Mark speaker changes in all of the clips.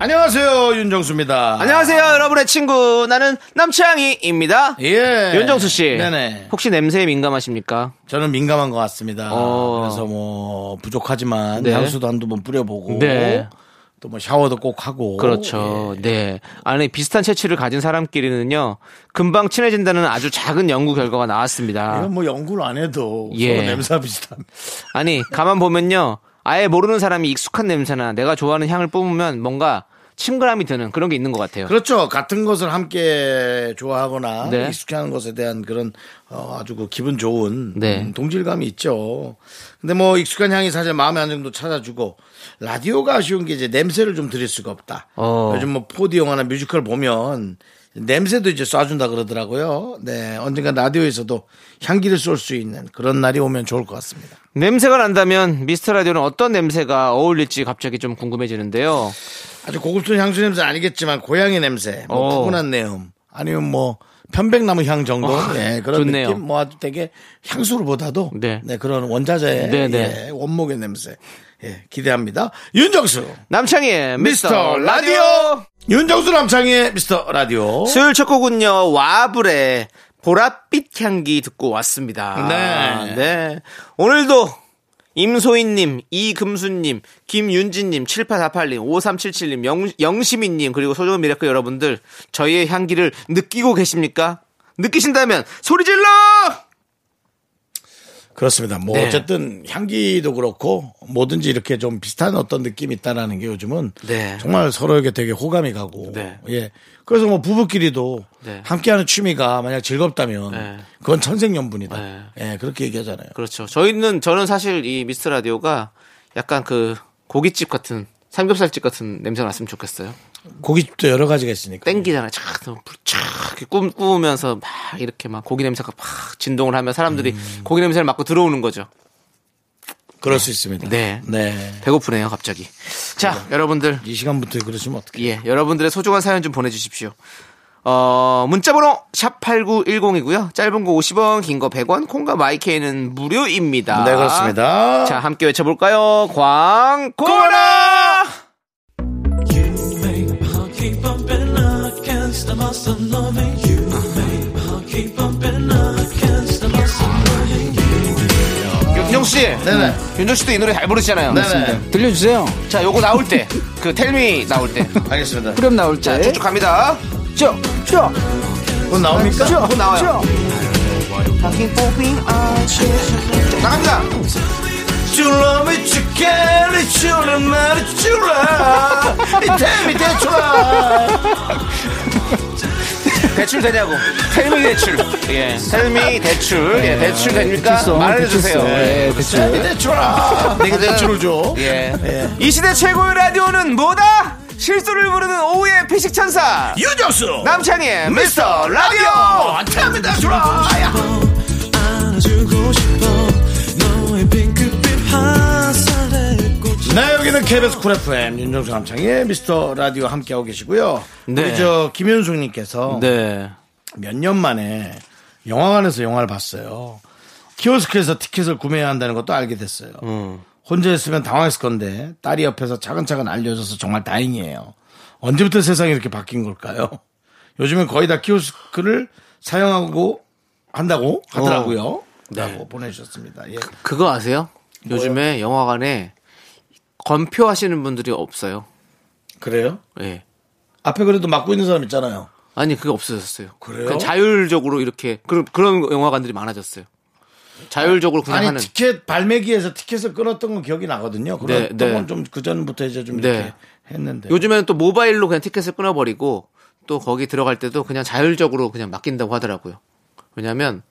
Speaker 1: 안녕하세요 윤정수입니다.
Speaker 2: 아. 안녕하세요, 여러분의 친구. 나는 남창희입니다.
Speaker 1: 예.
Speaker 2: 윤정수 씨.
Speaker 1: 네네.
Speaker 2: 혹시 냄새에 민감하십니까?
Speaker 1: 저는 민감한 것 같습니다.
Speaker 2: 어.
Speaker 1: 그래서 뭐 부족하지만
Speaker 2: 네.
Speaker 1: 향수도 한두 번 뿌려보고
Speaker 2: 네.
Speaker 1: 또 뭐 샤워도 꼭 하고
Speaker 2: 그렇죠.
Speaker 1: 예.
Speaker 2: 네. 아니, 비슷한 체취를 가진 사람끼리는요, 금방 친해진다는 아주 작은 연구 결과가
Speaker 1: 예.
Speaker 2: 나왔습니다.
Speaker 1: 이건 뭐 연구를 안 해도
Speaker 2: 예.
Speaker 1: 서로 냄새 비슷한.
Speaker 2: 아니, 가만 보면요, 아예 모르는 사람이 익숙한 냄새나 내가 좋아하는 향을 뿜으면 뭔가 친근함이 드는 그런 게 있는 것 같아요.
Speaker 1: 그렇죠. 같은 것을 함께 좋아하거나
Speaker 2: 네.
Speaker 1: 익숙해하는 것에 대한 그런 어, 아주 그 기분 좋은
Speaker 2: 네.
Speaker 1: 음, 동질감이 있죠. 근데 뭐 익숙한 향이 사실 마음의 안정도 찾아주고 라디오가 아쉬운 게 이제 냄새를 좀 드릴 수가 없다.
Speaker 2: 어.
Speaker 1: 요즘 뭐 포디 영화나 뮤지컬 보면 냄새도 이제 쏴준다 그러더라고요. 네, 언젠가 라디오에서도 향기를 쏠 수 있는 그런 날이 오면 좋을 것 같습니다.
Speaker 2: 냄새가 난다면 미스터 라디오는 어떤 냄새가 어울릴지 갑자기 좀 궁금해지는데요.
Speaker 1: 아주 고급진 향수 냄새 아니겠지만 고양이 냄새, 뭐
Speaker 2: 어.
Speaker 1: 푸근한 내음, 아니면 뭐 편백나무 향 정도, 예, 그런
Speaker 2: 좋네요.
Speaker 1: 느낌, 뭐 아주 되게 향수로보다도
Speaker 2: 네.
Speaker 1: 네. 그런 원자재의
Speaker 2: 네, 네.
Speaker 1: 예, 원목의 냄새, 예, 기대합니다. 윤정수,
Speaker 2: 남창희의
Speaker 1: 미스터
Speaker 2: 미스터 라디오!
Speaker 1: 라디오, 윤정수 남창의 미스터 라디오.
Speaker 2: 수요일 첫 곡은요 와불의 보랏빛 향기 듣고 왔습니다.
Speaker 1: 네.
Speaker 2: 네. 오늘도 임소희님, 이금수님, 김윤진님, 7848님, 5377님, 영, 영시민님 그리고 소중한 미라클 여러분들 저희의 향기를 느끼고 계십니까? 느끼신다면 소리 질러!
Speaker 1: 그렇습니다. 뭐
Speaker 2: 네.
Speaker 1: 어쨌든 향기도 그렇고 뭐든지 이렇게 좀 비슷한 어떤 느낌이 있다라는 게 요즘은
Speaker 2: 네.
Speaker 1: 정말 서로에게 되게 호감이 가고
Speaker 2: 네.
Speaker 1: 예. 그래서 뭐 부부끼리도
Speaker 2: 네.
Speaker 1: 함께하는 취미가 만약 즐겁다면
Speaker 2: 네.
Speaker 1: 그건 천생연분이다.
Speaker 2: 네.
Speaker 1: 예, 그렇게 얘기하잖아요.
Speaker 2: 그렇죠. 저희는 저는 사실 이 미스터 라디오가 약간 그 고깃집 같은 삼겹살집 같은 냄새가 났으면 좋겠어요.
Speaker 1: 고깃집도 여러 가지가 있으니까.
Speaker 2: 땡기잖아요. 착, 너무 불- 착, 이렇게 꿈, 꾸면서 막 이렇게 막 고기 냄새가 막 진동을 하면 사람들이
Speaker 1: 음.
Speaker 2: 고기 냄새를 맡고 들어오는 거죠.
Speaker 1: 그럴 수 있습니다.
Speaker 2: 네. 배고프네요, 갑자기. 자, 여러분들.
Speaker 1: 이 시간부터 그러시면 어떻게?
Speaker 2: 예, 여러분들의 소중한 사연 좀 보내주십시오. 어, 문자번호 샵8910이고요. 짧은 거 50원, 긴 거 100원, 콩과 마이케이는 무료입니다.
Speaker 1: 네, 그렇습니다.
Speaker 2: 자, 함께 외쳐볼까요? 광고라! 윤정씨,
Speaker 1: 네네.
Speaker 2: 음. 윤정씨도 이 노래 잘 부르시잖아요.
Speaker 1: 네네.
Speaker 3: 들려주세요.
Speaker 2: 자, 요거 나올 때, 그 텔미 나올 때,
Speaker 1: 알겠습니다.
Speaker 3: 그럼 나올
Speaker 1: 네.
Speaker 3: 때.
Speaker 2: 쭉쭉 갑니다.
Speaker 3: 쭉, 쭉,
Speaker 1: 그건 나옵니까?
Speaker 2: 쭉뭐 나와요.
Speaker 3: 쭉.
Speaker 2: 그렇죠. 나갑니다.
Speaker 1: You love me, you care, you love me, you love. It tell me that you love.
Speaker 2: 대출 되냐고. 텔미 대출. 예. 텔미 대출. 예, 대출 됩니까?
Speaker 3: 대출성,
Speaker 2: 말해주세요.
Speaker 3: 대출성.
Speaker 2: 예.
Speaker 3: 예,
Speaker 1: tell
Speaker 3: 대출.
Speaker 1: me that you love. 내가 대출을 줘.
Speaker 2: 예. 이 시대 최고의 라디오는 뭐다? 실수를 부르는 오후의 피식천사.
Speaker 1: 유정수
Speaker 2: 남창희의 미스터 라디오!
Speaker 1: 라디오 탑니다 주라야 네 여기는 KBS 쿨 FM 윤정수 남창의 미스터 라디오 함께하고 계시고요
Speaker 2: 네.
Speaker 1: 우리 저 김윤숙님께서
Speaker 2: 네.
Speaker 1: 몇 년 만에 영화관에서 영화를 봤어요 키오스크에서 티켓을 구매해야 한다는 것도 알게 됐어요
Speaker 2: 음.
Speaker 1: 혼자 있으면 당황했을 건데 딸이 옆에서 차근차근 알려줘서 정말 다행이에요. 언제부터 세상이 이렇게 바뀐 걸까요? 요즘엔 거의 다 키오스크를 사용하고 한다고 하더라고요. 라고 보내주셨습니다. 예.
Speaker 2: 어. 네. 그거 아세요? 요즘에 영화관에 건표 하시는 분들이 없어요.
Speaker 1: 그래요?
Speaker 2: 예.
Speaker 1: 앞에 그래도 막고 있는 사람 있잖아요.
Speaker 2: 아니 그게 없어졌어요.
Speaker 1: 그래요?
Speaker 2: 그냥 자율적으로 이렇게 그런 그런 영화관들이 많아졌어요. 자율적으로 그냥
Speaker 1: 아니
Speaker 2: 하는.
Speaker 1: 티켓 발매기에서 티켓을 끊었던 건 기억이 나거든요.
Speaker 2: 네,
Speaker 1: 그랬던
Speaker 2: 네.
Speaker 1: 건좀 그 전부터 이제 좀
Speaker 2: 네.
Speaker 1: 이렇게 했는데.
Speaker 2: 요즘에는 또 모바일로 그냥 티켓을 끊어버리고 또 거기 들어갈 때도 그냥 자율적으로 그냥 맡긴다고 하더라고요. 왜냐하면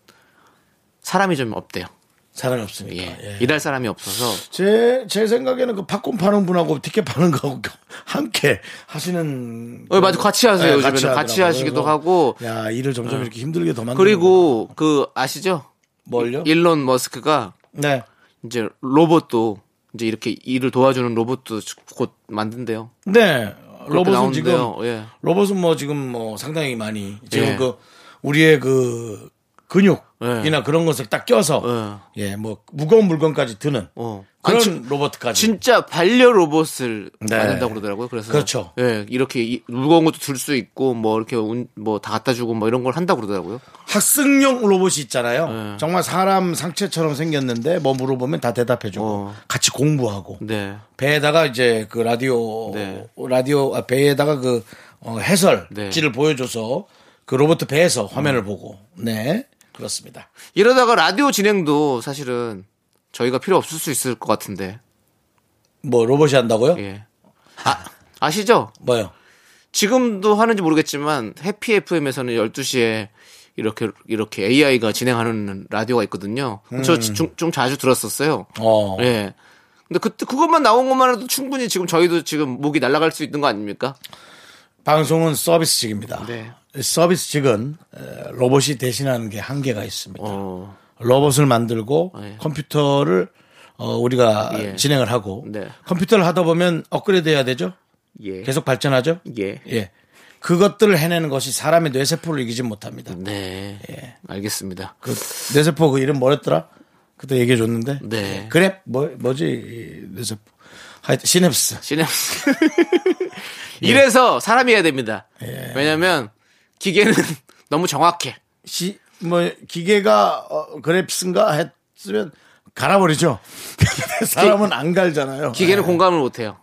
Speaker 2: 사람이 좀 없대요.
Speaker 1: 사람이 없으니까.
Speaker 2: 예.
Speaker 1: 예.
Speaker 2: 일할 사람이 없어서
Speaker 1: 제, 제 생각에는 그 팝콘 파는 분하고 티켓 파는 거하고 함께 하시는. 네,
Speaker 2: 어, 맞아. 같이 하세요, 요즘에는. 같이
Speaker 1: 하더라고요.
Speaker 2: 하시기도
Speaker 1: 그래서 네,
Speaker 2: 하고. 어.
Speaker 1: 야, 일을 점점 이렇게 힘들게 더 만들고.
Speaker 2: 그리고 그 아시죠?
Speaker 1: 뭘요?
Speaker 2: 일론 머스크가
Speaker 1: 네.
Speaker 2: 이제 로봇도 이제 이렇게 일을 도와주는 로봇도 곧 만든대요.
Speaker 1: 네. 로봇은
Speaker 2: 나오는데요.
Speaker 1: 지금
Speaker 2: 예.
Speaker 1: 로봇은 뭐 지금 뭐 상당히 많이 지금
Speaker 2: 예.
Speaker 1: 그 우리의 그 근육이나
Speaker 2: 예.
Speaker 1: 그런 것을 딱 껴서 예, 뭐 무거운 물건까지 드는
Speaker 2: 어.
Speaker 1: 그런
Speaker 2: 아니, 진-
Speaker 1: 로봇까지
Speaker 2: 진짜 반려 로봇을
Speaker 1: 네.
Speaker 2: 만든다고 그러더라고요. 그래서
Speaker 1: 그렇죠.
Speaker 2: 예, 이렇게 이- 무거운 것도 들 수 있고 뭐 이렇게 뭐 다 갖다 주고 뭐 이런 걸 한다고 그러더라고요.
Speaker 1: 학습용 로봇이 있잖아요.
Speaker 2: 네.
Speaker 1: 정말 사람 상체처럼 생겼는데 뭐 물어보면 다 대답해주고
Speaker 2: 어.
Speaker 1: 같이 공부하고
Speaker 2: 네.
Speaker 1: 배에다가 이제 그 라디오
Speaker 2: 네.
Speaker 1: 라디오 아, 배에다가 그 어, 해설지를 보여줘서 그 로봇 배에서
Speaker 2: 어.
Speaker 1: 화면을 보고 네 그렇습니다.
Speaker 2: 이러다가 라디오 진행도 사실은 저희가 필요 없을 수 있을 것 같은데.
Speaker 1: 뭐 로봇이 한다고요?
Speaker 2: 예. 아, 아시죠?
Speaker 1: 뭐요?
Speaker 2: 지금도 하는지 모르겠지만 해피 FM에서는 12시에 이렇게 이렇게 AI가 진행하는 라디오가 있거든요.
Speaker 1: 음.
Speaker 2: 저좀 좀 자주 들었었어요.
Speaker 1: 어.
Speaker 2: 예. 근데 그때 그것만 나온 것만 해도 충분히 지금 저희도 지금 목이 날아갈 수 있는 거 아닙니까?
Speaker 1: 방송은 서비스직입니다.
Speaker 2: 네.
Speaker 1: 서비스직은 에, 로봇이 대신하는 게 한계가 있습니다.
Speaker 2: 어.
Speaker 1: 로봇을 만들고
Speaker 2: 예.
Speaker 1: 컴퓨터를 어, 우리가
Speaker 2: 예.
Speaker 1: 진행을 하고
Speaker 2: 네.
Speaker 1: 컴퓨터를 하다 보면 업그레이드 해야 되죠.
Speaker 2: 예.
Speaker 1: 계속 발전하죠.
Speaker 2: 예.
Speaker 1: 그것들을 해내는 것이 사람의 뇌세포를 이기진 못합니다.
Speaker 2: 네. 알겠습니다.
Speaker 1: 그 뇌세포 그 이름 뭐였더라? 그때 얘기해 줬는데.
Speaker 2: 네.
Speaker 1: 그래? 뭐, 뭐지? 이 뇌세포. 하여튼 시냅스.
Speaker 2: 시냅스.
Speaker 1: 예.
Speaker 2: 이래서 사람이 해야 됩니다. 왜냐면 기계는 너무 정확해.
Speaker 1: 시, 뭐 기계가 어, 그래픽스인가 했으면 갈아버리죠. 근데 사람은 안 갈잖아요.
Speaker 2: 기계는
Speaker 1: 예.
Speaker 2: 공감을 못 해요.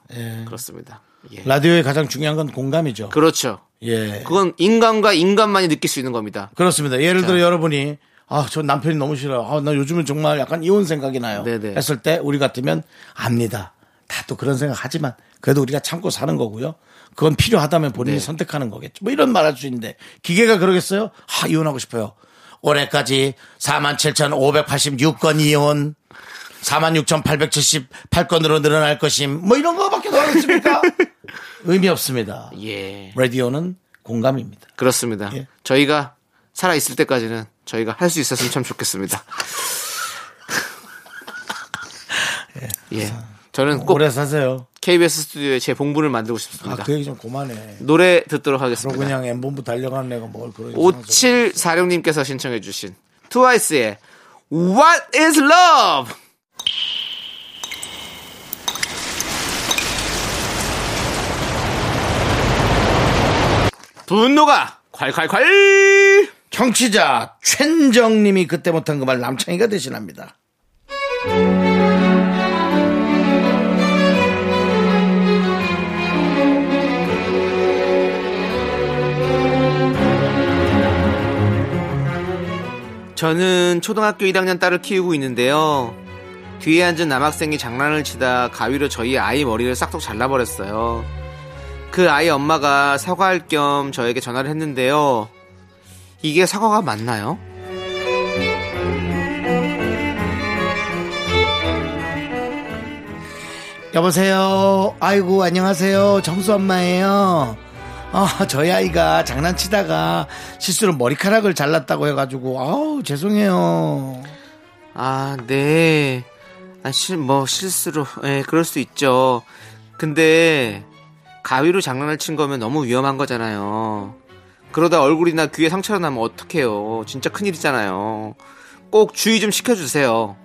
Speaker 2: 그렇습니다. 예.
Speaker 1: 라디오의 가장 중요한 건 공감이죠.
Speaker 2: 그렇죠.
Speaker 1: 예.
Speaker 2: 그건 인간과 인간만이 느낄 수 있는 겁니다.
Speaker 1: 그렇습니다. 예를 들어 여러분이 아, 저 남편이 너무 싫어요. 아, 나 요즘은 정말 약간 이혼 생각이 나요.
Speaker 2: 네네.
Speaker 1: 했을 때 우리 같으면 압니다. 다 또 그런 생각 하지만 그래도 우리가 참고 사는 거고요. 그건 필요하다면 본인이
Speaker 2: 네.
Speaker 1: 선택하는 거겠죠. 뭐 이런 말 할 수 있는데 기계가 그러겠어요? 아, 이혼하고 싶어요. 올해까지 47,586건 이혼, 46,878건으로 늘어날 것임. 뭐 이런 거밖에 더 하겠습니까? 의미 없습니다.
Speaker 2: 예.
Speaker 1: 라디오는 공감입니다.
Speaker 2: 그렇습니다.
Speaker 1: 예.
Speaker 2: 저희가 살아있을 때까지는 저희가 할 수 있었으면 참 좋겠습니다. 예. 저는 꼭
Speaker 1: 오래 사세요.
Speaker 2: KBS 스튜디오에 제 봉분을 만들고
Speaker 1: 아,
Speaker 2: 싶습니다.
Speaker 1: 그 얘기 좀 그만해.
Speaker 2: 노래 듣도록
Speaker 1: 바로
Speaker 2: 하겠습니다.
Speaker 1: 그냥 엠본부 달려가는 애가 뭘 그런 이상한 소리.
Speaker 2: 5746님께서 신청해주신 트와이스의 What is Love? 분노가 콸콸콸!
Speaker 1: 청취자 최정님이 그때 못한 그 말 남창이가 대신합니다.
Speaker 2: 저는 초등학교 1학년 딸을 키우고 있는데요. 뒤에 앉은 남학생이 장난을 치다 가위로 저희 아이 머리를 싹둑 잘라버렸어요. 그 아이 엄마가 사과할 겸 저에게 전화를 했는데요. 이게 사과가 맞나요?
Speaker 1: 여보세요. 아이고 안녕하세요. 정수 엄마예요. 아, 저희 아이가 장난치다가 실수로 머리카락을 잘랐다고 해가지고 아우 죄송해요.
Speaker 2: 아, 네. 아, 실, 뭐, 실수로. 예, 그럴 수 있죠. 근데, 가위로 장난을 친 거면 너무 위험한 거잖아요. 그러다 얼굴이나 귀에 상처가 나면 어떡해요. 진짜 큰일이잖아요. 꼭 주의 좀 시켜주세요.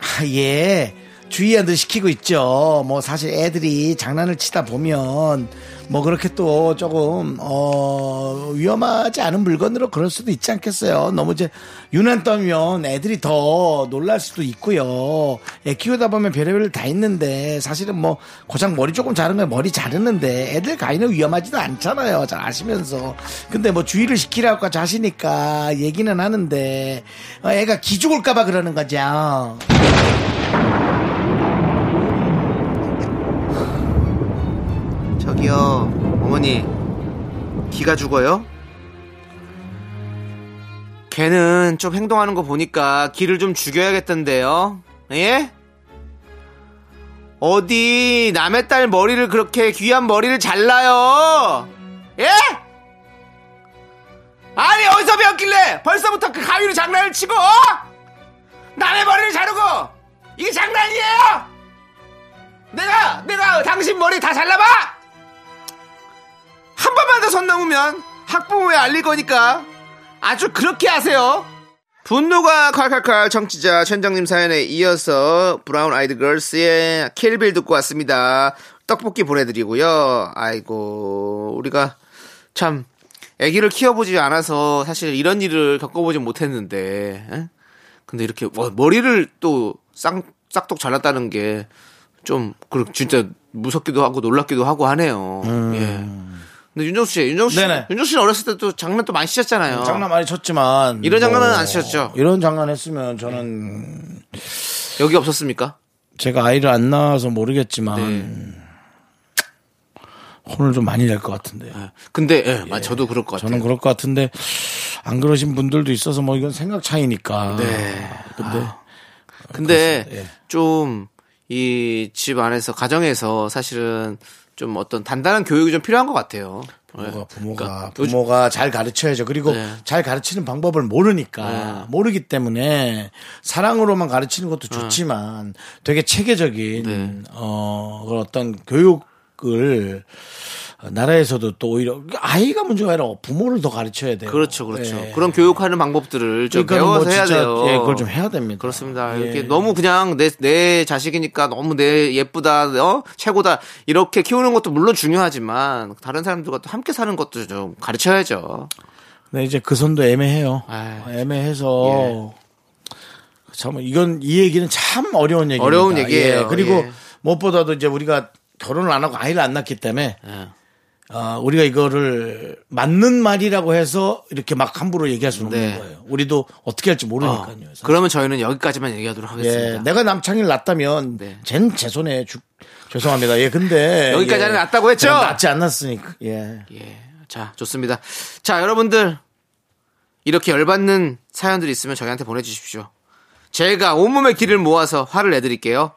Speaker 1: 아, 예. 주의한들 시키고 있죠. 뭐 사실 애들이 장난을 치다 보면 뭐 그렇게 또 조금 어 위험하지 않은 물건으로 그럴 수도 있지 않겠어요. 너무 이제 유난 떠면 애들이 더 놀랄 수도 있고요. 애 키우다 보면 별의별 다 있는데 사실은 뭐 고작 머리 조금 자른 거 머리 자르는데 애들 가위는 위험하지도 않잖아요. 잘 아시면서. 근데 뭐 주의를 시키라고 자시니까 얘기는 하는데 어, 애가 기죽을까봐 그러는 거죠.
Speaker 2: 저기요, 어머니. 기가 죽어요? 걔는 좀 행동하는 거 보니까 길을 좀 죽여야겠던데요. 예? 어디 남의 딸 머리를 그렇게 귀한 머리를 잘라요? 예? 아니 어디서 배웠길래 벌써부터 그 가위로 장난을 치고 어? 남의 머리를 자르고 이게 장난이에요? 내가 내가 당신 머리 다 잘라봐 한 번만 더 선 넘으면 학부모에 알릴 거니까 아주 그렇게 하세요 분노가 칼칼칼 청취자 천정님 사연에 이어서 브라운 아이드 걸스의 킬빌 듣고 왔습니다 떡볶이 보내드리고요 아이고 우리가 참 아기를 키워보지 않아서 사실 이런 일을 겪어보지 못했는데 에? 근데 이렇게 와, 머리를 또 쌍, 싹둑 잘랐다는 게 좀 그 진짜 무섭기도 하고 놀랍기도 하고 하네요. 예. 근데 윤정수 씨, 윤정수 씨,
Speaker 1: 음. 네네.
Speaker 2: 윤정수 씨는 어렸을 때 또 장난 또 많이 치셨잖아요.
Speaker 1: 장난 많이 쳤지만
Speaker 2: 어.
Speaker 1: 뭐
Speaker 2: 이런 장난은 안 치셨죠?
Speaker 1: 이런 장난 했으면 저는
Speaker 2: 여기 없었습니까?
Speaker 1: 제가 아이를 안 낳아서 음. 모르겠지만
Speaker 2: 네.
Speaker 1: 혼을 좀 많이 낼 것 같은데요.
Speaker 2: 예. 근데 예, 맞- 저도 그럴 것 같아요.
Speaker 1: 저는 그럴 것 같은데 안 그러신 분들도 있어서 뭐 이건 생각 차이니까.
Speaker 2: 네.
Speaker 1: 근데
Speaker 2: 근데
Speaker 1: 그렇습니다. 예.
Speaker 2: 좀 이 집 안에서 가정에서 사실은 좀 어떤 단단한 교육이 좀 필요한 것 같아요.
Speaker 1: 부모가
Speaker 2: 예.
Speaker 1: 부모가
Speaker 2: 그러니까 요즘-
Speaker 1: 부모가 잘 가르쳐야죠. 그리고
Speaker 2: 네.
Speaker 1: 잘 가르치는 방법을 모르니까
Speaker 2: 네.
Speaker 1: 모르기 때문에 사랑으로만 가르치는 것도 좋지만 되게 체계적인
Speaker 2: 네.
Speaker 1: 어 그런 어떤 교육을 나라에서도 또 오히려 아이가 문제가 아니라 부모를 더 가르쳐야 돼요.
Speaker 2: 그렇죠, 그렇죠.
Speaker 1: 예.
Speaker 2: 그런 교육하는 방법들을 좀
Speaker 1: 그러니까는
Speaker 2: 배워서
Speaker 1: 뭐
Speaker 2: 해야
Speaker 1: 진짜,
Speaker 2: 돼요.
Speaker 1: 예, 그걸 좀 해야 됩니다.
Speaker 2: 그렇습니다.
Speaker 1: 예.
Speaker 2: 이렇게 너무 그냥 내, 내 자식이니까 너무 내 예쁘다, 어? 최고다. 이렇게 키우는 것도 물론 중요하지만 다른 사람들과 또 함께 사는 것도 좀 가르쳐야죠.
Speaker 1: 네, 이제 그 선도 애매해요.
Speaker 2: 아이. 예.
Speaker 1: 애매해서 참 이건 이 얘기는 참 어려운 얘기입니다.
Speaker 2: 어려운 얘기예요.
Speaker 1: 예, 그리고
Speaker 2: 예.
Speaker 1: 무엇보다도 이제 우리가 결혼을 안 하고 아이를 안 낳기 때문에
Speaker 2: 예.
Speaker 1: 아, 우리가 이거를 맞는 말이라고 해서 이렇게 막 함부로 얘기할 수는
Speaker 2: 네.
Speaker 1: 없는 거예요. 우리도 어떻게 할지
Speaker 2: 어,
Speaker 1: 모르니까요. 그래서
Speaker 2: 그러면 저희는 여기까지만 얘기하도록
Speaker 1: 예,
Speaker 2: 하겠습니다.
Speaker 1: 내가 남창이를 낳았다면
Speaker 2: 네.
Speaker 1: 쟨 제 손에 죽 죄송합니다. 예, 근데
Speaker 2: 여기까지
Speaker 1: 예,
Speaker 2: 는 낫다고 했죠?
Speaker 1: 제가 낳지 않았으니까. 예.
Speaker 2: 예. 자, 좋습니다. 자, 여러분들. 이렇게 열받는 사연들이 있으면 저희한테 보내주십시오. 제가 온몸의 기를 모아서 화를 내드릴게요.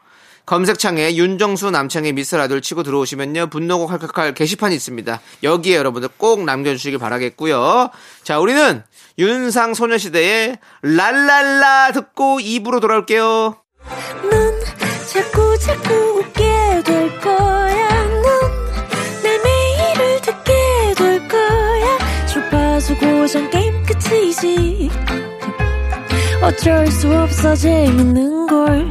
Speaker 2: 검색창에 윤정수 남창의 미스라돌 치고 들어오시면요. 분노고 칼칼칼 게시판이 있습니다. 여기에 여러분들 꼭 남겨주시길 바라겠고요. 자, 우리는 윤상 소녀시대의 랄랄라 듣고 입으로 돌아올게요.
Speaker 3: 넌 자꾸 자꾸 웃게 될 거야. 넌내 매일을 듣게 될 거야. 주파수 고정 게임 끝이지. 어쩔 수 없어 재밌는 걸.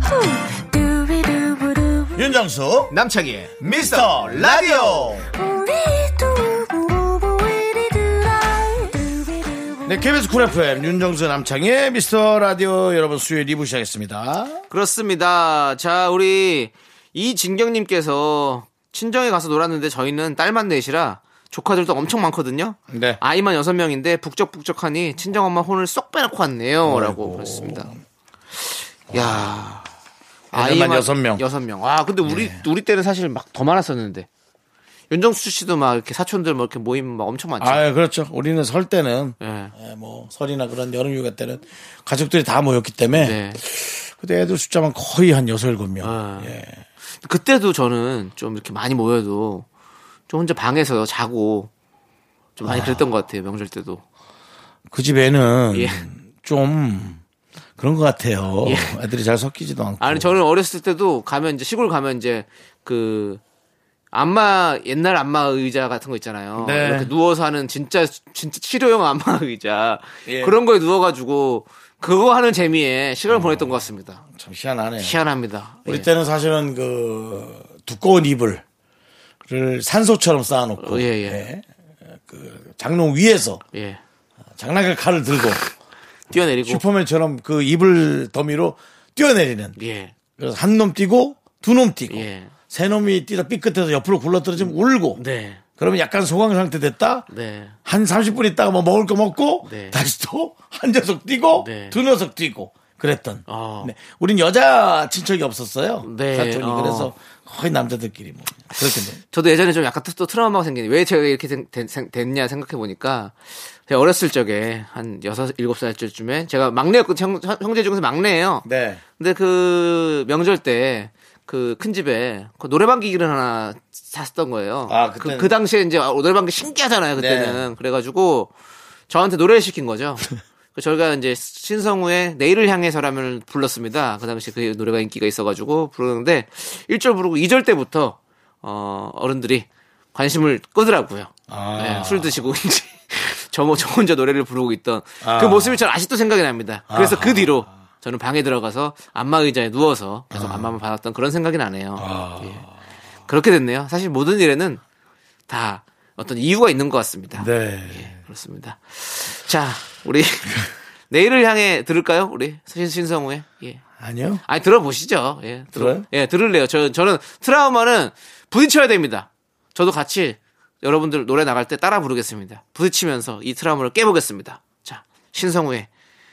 Speaker 3: 후. 두비두부두.
Speaker 1: 윤정수
Speaker 2: 남창희의
Speaker 1: 미스터 라디오.
Speaker 3: 우리 두부부부 우리 두라. 두비두부.
Speaker 1: 네, KBS 쿨 FM 윤정수 남창의 미스터 라디오 여러분 수요일 2부 시작했습니다.
Speaker 2: 그렇습니다. 자, 우리 이진경님께서 친정에 가서 놀았는데 저희는 딸만 넷이라 조카들도 엄청 많거든요.
Speaker 1: 네.
Speaker 2: 아이만 여섯 명인데 북적북적하니 친정엄마 혼을 쏙 빼놓고 왔네요. 라고 그랬습니다. 야
Speaker 1: 애들만 여섯 명. 네.
Speaker 2: 여섯 명. 아, 근데 우리, 우리 때는 사실 막 더 많았었는데. 윤정수 씨도 막 이렇게 사촌들 뭐 이렇게 모임 막 엄청 많죠.
Speaker 1: 아, 그렇죠. 우리는 설 때는
Speaker 2: 예.
Speaker 1: 예, 뭐 설이나 그런 여름 휴가 때는 가족들이 다 모였기 때문에
Speaker 2: 네.
Speaker 1: 그때 애들 숫자만 거의 한 여섯 일곱 명.
Speaker 2: 아.
Speaker 1: 예.
Speaker 2: 그때도 저는 좀 이렇게 많이 모여도 좀 혼자 방에서 자고 좀 많이 그랬던 것 같아요 명절 때도
Speaker 1: 그 집에는
Speaker 2: 예.
Speaker 1: 좀 그런 것 같아요. 애들이 잘 섞이지도 않고.
Speaker 2: 아니 저는 어렸을 때도 가면 이제 시골 가면 이제 그 안마 옛날 안마 의자 같은 거 있잖아요
Speaker 1: 네.
Speaker 2: 이렇게 누워서 하는 진짜 진짜 치료용 안마 의자
Speaker 1: 예.
Speaker 2: 그런 거에 누워가지고 그거 하는 재미에 시간을 보냈던 것 같습니다
Speaker 1: 참 음. 희한하네요.
Speaker 2: 희한합니다
Speaker 1: 우리
Speaker 2: 예.
Speaker 1: 때는 사실은 그 두꺼운 이불을 산소처럼 쌓아놓고
Speaker 2: 어, 예, 예.
Speaker 1: 예, 그 장롱 위에서
Speaker 2: 예.
Speaker 1: 장난감 칼을 들고
Speaker 2: 뛰어내리고
Speaker 1: 슈퍼맨처럼 그 이불 더미로 뛰어내리는
Speaker 2: 예
Speaker 1: 그래서 한 놈 뛰고 두 놈 뛰고
Speaker 2: 예.
Speaker 1: 세 놈이 뛰다 삐끗해서 옆으로 굴러떨어지면 울고
Speaker 2: 네.
Speaker 1: 그러면 약간 소강 상태 됐다
Speaker 2: 네.
Speaker 1: 한 30분 있다가 뭐 먹을 거 먹고
Speaker 2: 네.
Speaker 1: 다시 또 한 녀석 뛰고
Speaker 2: 네.
Speaker 1: 두 녀석 뛰고 그랬던
Speaker 2: 어.
Speaker 1: 네. 우린 여자 친척이 없었어요
Speaker 2: 네,
Speaker 1: 사촌이
Speaker 2: 어.
Speaker 1: 그래서 거의 남자들끼리 뭐 그렇게 뭐.
Speaker 2: 저도 예전에 좀 약간 또 트라우마가 생기는 왜 제가 이렇게 된- 된- 생- 됐냐 생각해 보니까 제가 어렸을 적에 한 여섯 일곱 살 때쯤에 제가 막내였고 형, 형제 중에서 막내예요.
Speaker 1: 네.
Speaker 2: 근데 그 명절 때 그 큰 집에 그 노래방 기기를 하나 샀던 거예요.
Speaker 1: 아,
Speaker 2: 그
Speaker 1: 그때는- 네.
Speaker 2: 그 당시에 이제 노래방 기 신기하잖아요. 그때는 그래가지고 저한테 노래를 시킨 거죠. 그 저희가 이제 신성우의 내일을 향해서라면을 불렀습니다. 그 당시 그 노래가 인기가 있어가지고 부르는데 1절 부르고 2절 때부터 어 어른들이 관심을 끄더라고요.
Speaker 1: 아.
Speaker 2: 네, 술 드시고 이제 저, 저 혼자 노래를 부르고 있던
Speaker 1: 아.
Speaker 2: 그 모습이 저는 아직도 생각이 납니다. 그래서 그 뒤로 저는 방에 들어가서 안마 의자에 누워서 계속 안마만 받았던 그런 생각이 나네요. 예. 그렇게 됐네요. 사실 모든 일에는 다 어떤 이유가 있는 것 같습니다.
Speaker 1: 네.
Speaker 2: 예. 그렇습니다. 자, 우리 내일을 향해 들을까요? 우리 신- 신성우의 예.
Speaker 1: 아니요.
Speaker 2: 아니 들어보시죠. 예, 들어-
Speaker 1: 들어요?
Speaker 2: 예, 들을래요. 저 저는 트라우마는 부딪혀야 됩니다. 저도 같이 여러분들 노래 나갈 때 따라 부르겠습니다. 부딪히면서 이 트라우마를 깨보겠습니다. 자, 신성우의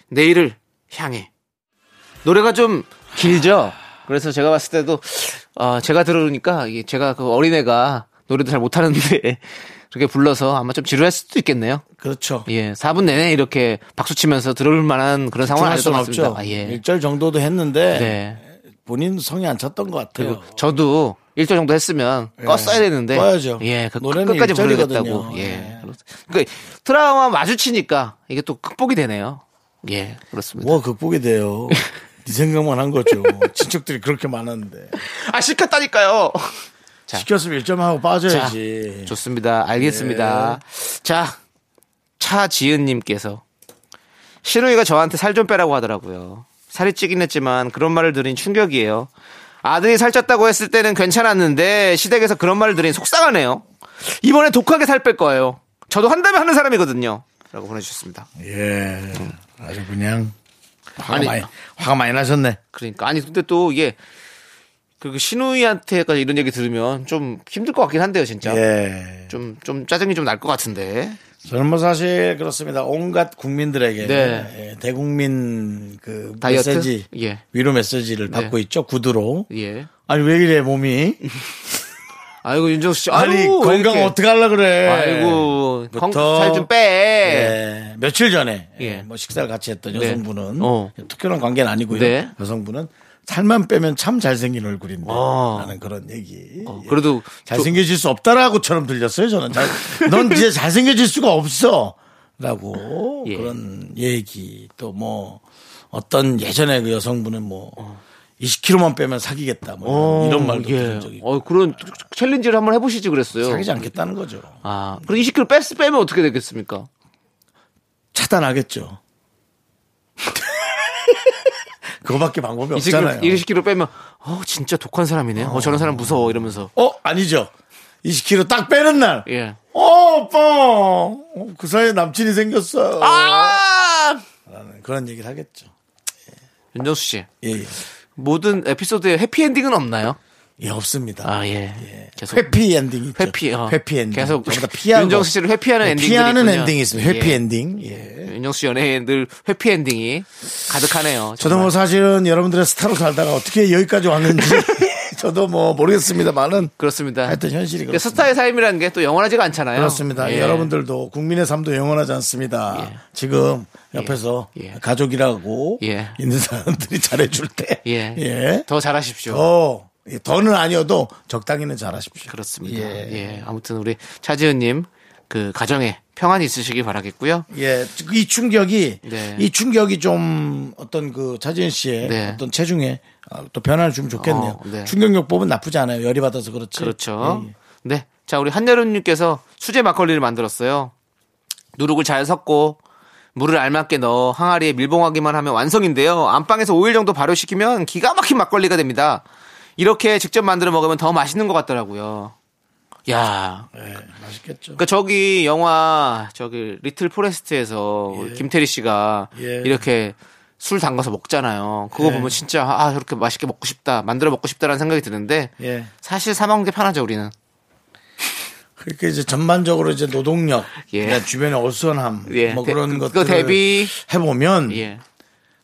Speaker 2: 내일을 향해 노래가 좀 길죠. 그래서 제가 봤을 때도 어, 제가 들으니까 이게 제가 그 어린애가 노래도 잘 못하는데 그렇게 불러서 아마 좀 지루할 수도 있겠네요.
Speaker 1: 그렇죠.
Speaker 2: 예, 4분 내내 이렇게 박수 치면서 들을 만한 그런 상황은
Speaker 1: 할
Speaker 2: 아닐 것
Speaker 1: 수는
Speaker 2: 같습니다.
Speaker 1: 없죠.
Speaker 2: 아, 예.
Speaker 1: 일절 정도도 했는데
Speaker 2: 네.
Speaker 1: 본인 성이 안 찼던 것 같아요.
Speaker 2: 그리고 저도 1절 정도 했으면 껐어야
Speaker 1: 어.
Speaker 2: 되는데
Speaker 1: 예. 꺼야죠.
Speaker 2: 예, 그
Speaker 1: 노래는
Speaker 2: 끝까지
Speaker 1: 일절이거든요.
Speaker 2: 부르겠다고. 예.
Speaker 1: 예.
Speaker 2: 그러니까 트라우마 마주치니까 이게 또 극복이 되네요. 예, 그렇습니다.
Speaker 1: 뭐 극복이 돼요. 네 생각만 한 거죠. 친척들이 그렇게 많았는데
Speaker 2: 아, 시켰다니까요. 자.
Speaker 1: 시켰으면 일점 하고
Speaker 2: 자,
Speaker 1: 빠져야지.
Speaker 2: 좋습니다. 알겠습니다. 자, 차지은님께서 신우이가 저한테 살 좀 빼라고 하더라고요. 살이 찌긴 했지만 그런 말을 들으니 충격이에요. 아들이 살쪘다고 했을 때는 괜찮았는데 시댁에서 그런 말을 들으니 속상하네요. 이번에 독하게 살 뺄 거예요. 저도 한다면 하는 사람이거든요. 라고 보내주셨습니다.
Speaker 1: 예. 아주 그냥 화가
Speaker 2: 아니.
Speaker 1: 많이 화가 많이 나셨네.
Speaker 2: 그러니까 아니 근데 또 이게 그리고 신우이한테까지 이런 얘기 들으면 좀 힘들 것 같긴 한데요, 진짜.
Speaker 1: 예.
Speaker 2: 좀 좀 짜증이 좀 날 것 같은데.
Speaker 1: 저는 뭐 사실 그렇습니다. 온갖 국민들에게
Speaker 2: 네.
Speaker 1: 예, 대국민 그
Speaker 2: 다이어트?
Speaker 1: 메시지
Speaker 2: 예. 네.
Speaker 1: 위로 메시지를 받고 있죠. 구두로.
Speaker 2: 예.
Speaker 1: 아니 왜 이래 몸이?
Speaker 2: 아이고 윤정수 씨,
Speaker 1: 아니
Speaker 2: 아이고, 왜
Speaker 1: 건강
Speaker 2: 이렇게.
Speaker 1: 어떻게 하려 그래?
Speaker 2: 아이고
Speaker 1: 부터-
Speaker 2: 살 좀 빼.
Speaker 1: 예, 며칠 전에
Speaker 2: 예.
Speaker 1: 예, 뭐 식사를 같이 했던
Speaker 2: 네.
Speaker 1: 여성분은
Speaker 2: 어.
Speaker 1: 특별한 관계는 아니고요.
Speaker 2: 네.
Speaker 1: 여성분은 살만 빼면 참 잘생긴 얼굴인데
Speaker 2: 어.
Speaker 1: 라는 그런 얘기. 예.
Speaker 2: 어, 그래도
Speaker 1: 네. 잘생겨질 수 없다라고처럼 들렸어요. 저는 잘, 넌 이제 잘생겨질 수가 없어라고
Speaker 2: 예.
Speaker 1: 그런 얘기 또 뭐 어떤 예전에 그 여성분은 뭐 20kg만 빼면 사귀겠다 뭐 이런, 이런 말도
Speaker 2: 어. 예.
Speaker 1: 들은 적이 있고
Speaker 2: 어, 그런 챌린지를 한번 해보시지 그랬어요.
Speaker 1: 사귀지 않겠다는 거죠.
Speaker 2: 아, 그럼 20kg 뺐, 빼면 어떻게 되겠습니까?
Speaker 1: 차단하겠죠. 그거밖에 방법이
Speaker 2: 20kg,
Speaker 1: 없잖아요.
Speaker 2: 20kg 빼면 어 진짜 독한 사람이네. 어 저런 사람 무서워 이러면서.
Speaker 1: 어 아니죠. 20kg 딱 빼는 날.
Speaker 2: 예.
Speaker 1: 어 오빠 어, 그 사이에 남친이 생겼어.
Speaker 2: 아!
Speaker 1: 라는 그런 얘기를 하겠죠.
Speaker 2: 윤정수 씨,
Speaker 1: 예, 예.
Speaker 2: 모든 에피소드에 해피엔딩은 없나요?
Speaker 1: 예, 없습니다.
Speaker 2: 아 예. 계속
Speaker 1: 회피 엔딩 있죠.
Speaker 2: 회피, 어.
Speaker 1: 회피 엔딩.
Speaker 2: 계속
Speaker 1: 전부 다 피하고. 네,
Speaker 2: 윤정수 씨를 회피하는 엔딩들이
Speaker 1: 피하는
Speaker 2: 있군요.
Speaker 1: 엔딩이 있습니다. 회피
Speaker 2: 예.
Speaker 1: 엔딩. 예.
Speaker 2: 윤정수 연예인들 해피엔딩이 가득하네요.
Speaker 1: 저도
Speaker 2: 정말.
Speaker 1: 뭐 사실은 여러분들의 스타로 살다가 어떻게 여기까지 왔는지 저도 뭐 모르겠습니다만은
Speaker 2: 그렇습니다.
Speaker 1: 하여튼 현실이
Speaker 2: 근데
Speaker 1: 그렇습니다.
Speaker 2: 스타의 삶이라는 게 또 영원하지가 않잖아요.
Speaker 1: 그렇습니다.
Speaker 2: 예.
Speaker 1: 여러분들도 국민의 삶도 영원하지 않습니다.
Speaker 2: 예.
Speaker 1: 지금 옆에서
Speaker 2: 예.
Speaker 1: 가족이라고
Speaker 2: 예.
Speaker 1: 있는 사람들이 잘해줄 때,
Speaker 2: 예.
Speaker 1: 예.
Speaker 2: 더 잘하십시오.
Speaker 1: 더 예, 더는 아니어도 적당히는 잘하십시오.
Speaker 2: 그렇습니다.
Speaker 1: 예.
Speaker 2: 예. 아무튼 우리 차지은님 그 가정에 평안이 있으시길 바라겠고요.
Speaker 1: 예, 이 충격이
Speaker 2: 네.
Speaker 1: 이 충격이 좀 어떤 그 차지은 씨의
Speaker 2: 네.
Speaker 1: 어떤 체중에 어, 또 변화를 주면 좋겠네요.
Speaker 2: 어, 네.
Speaker 1: 충격요법은 나쁘지 않아요. 열이 받아서 그렇지.
Speaker 2: 그렇죠.
Speaker 1: 예, 예.
Speaker 2: 네. 자, 우리 한여름님께서 수제 막걸리를 만들었어요. 누룩을 잘 섞고 물을 알맞게 넣어 항아리에 밀봉하기만 하면 완성인데요. 안방에서 5일 정도 발효시키면 기가 막힌 막걸리가 됩니다. 이렇게 직접 만들어 먹으면 더 맛있는 것 같더라고요. 야,
Speaker 1: 예, 맛있겠죠.
Speaker 2: 그러니까 저기 영화 저기 리틀 포레스트에서 우리 김태리 씨가
Speaker 1: 예.
Speaker 2: 이렇게 술 담가서 먹잖아요. 그거 보면 진짜 아 저렇게 맛있게 먹고 싶다, 만들어 먹고 싶다라는 생각이 드는데
Speaker 1: 예.
Speaker 2: 사실 사 먹는 게 편하죠 우리는.
Speaker 1: 그러니까 이제 전반적으로 이제 노동력,
Speaker 2: 예.
Speaker 1: 그러니까 주변의 어수선함,
Speaker 2: 예.
Speaker 1: 뭐
Speaker 2: 대-
Speaker 1: 그런
Speaker 2: 그거
Speaker 1: 것들
Speaker 2: 대비-
Speaker 1: 해보면
Speaker 2: 예.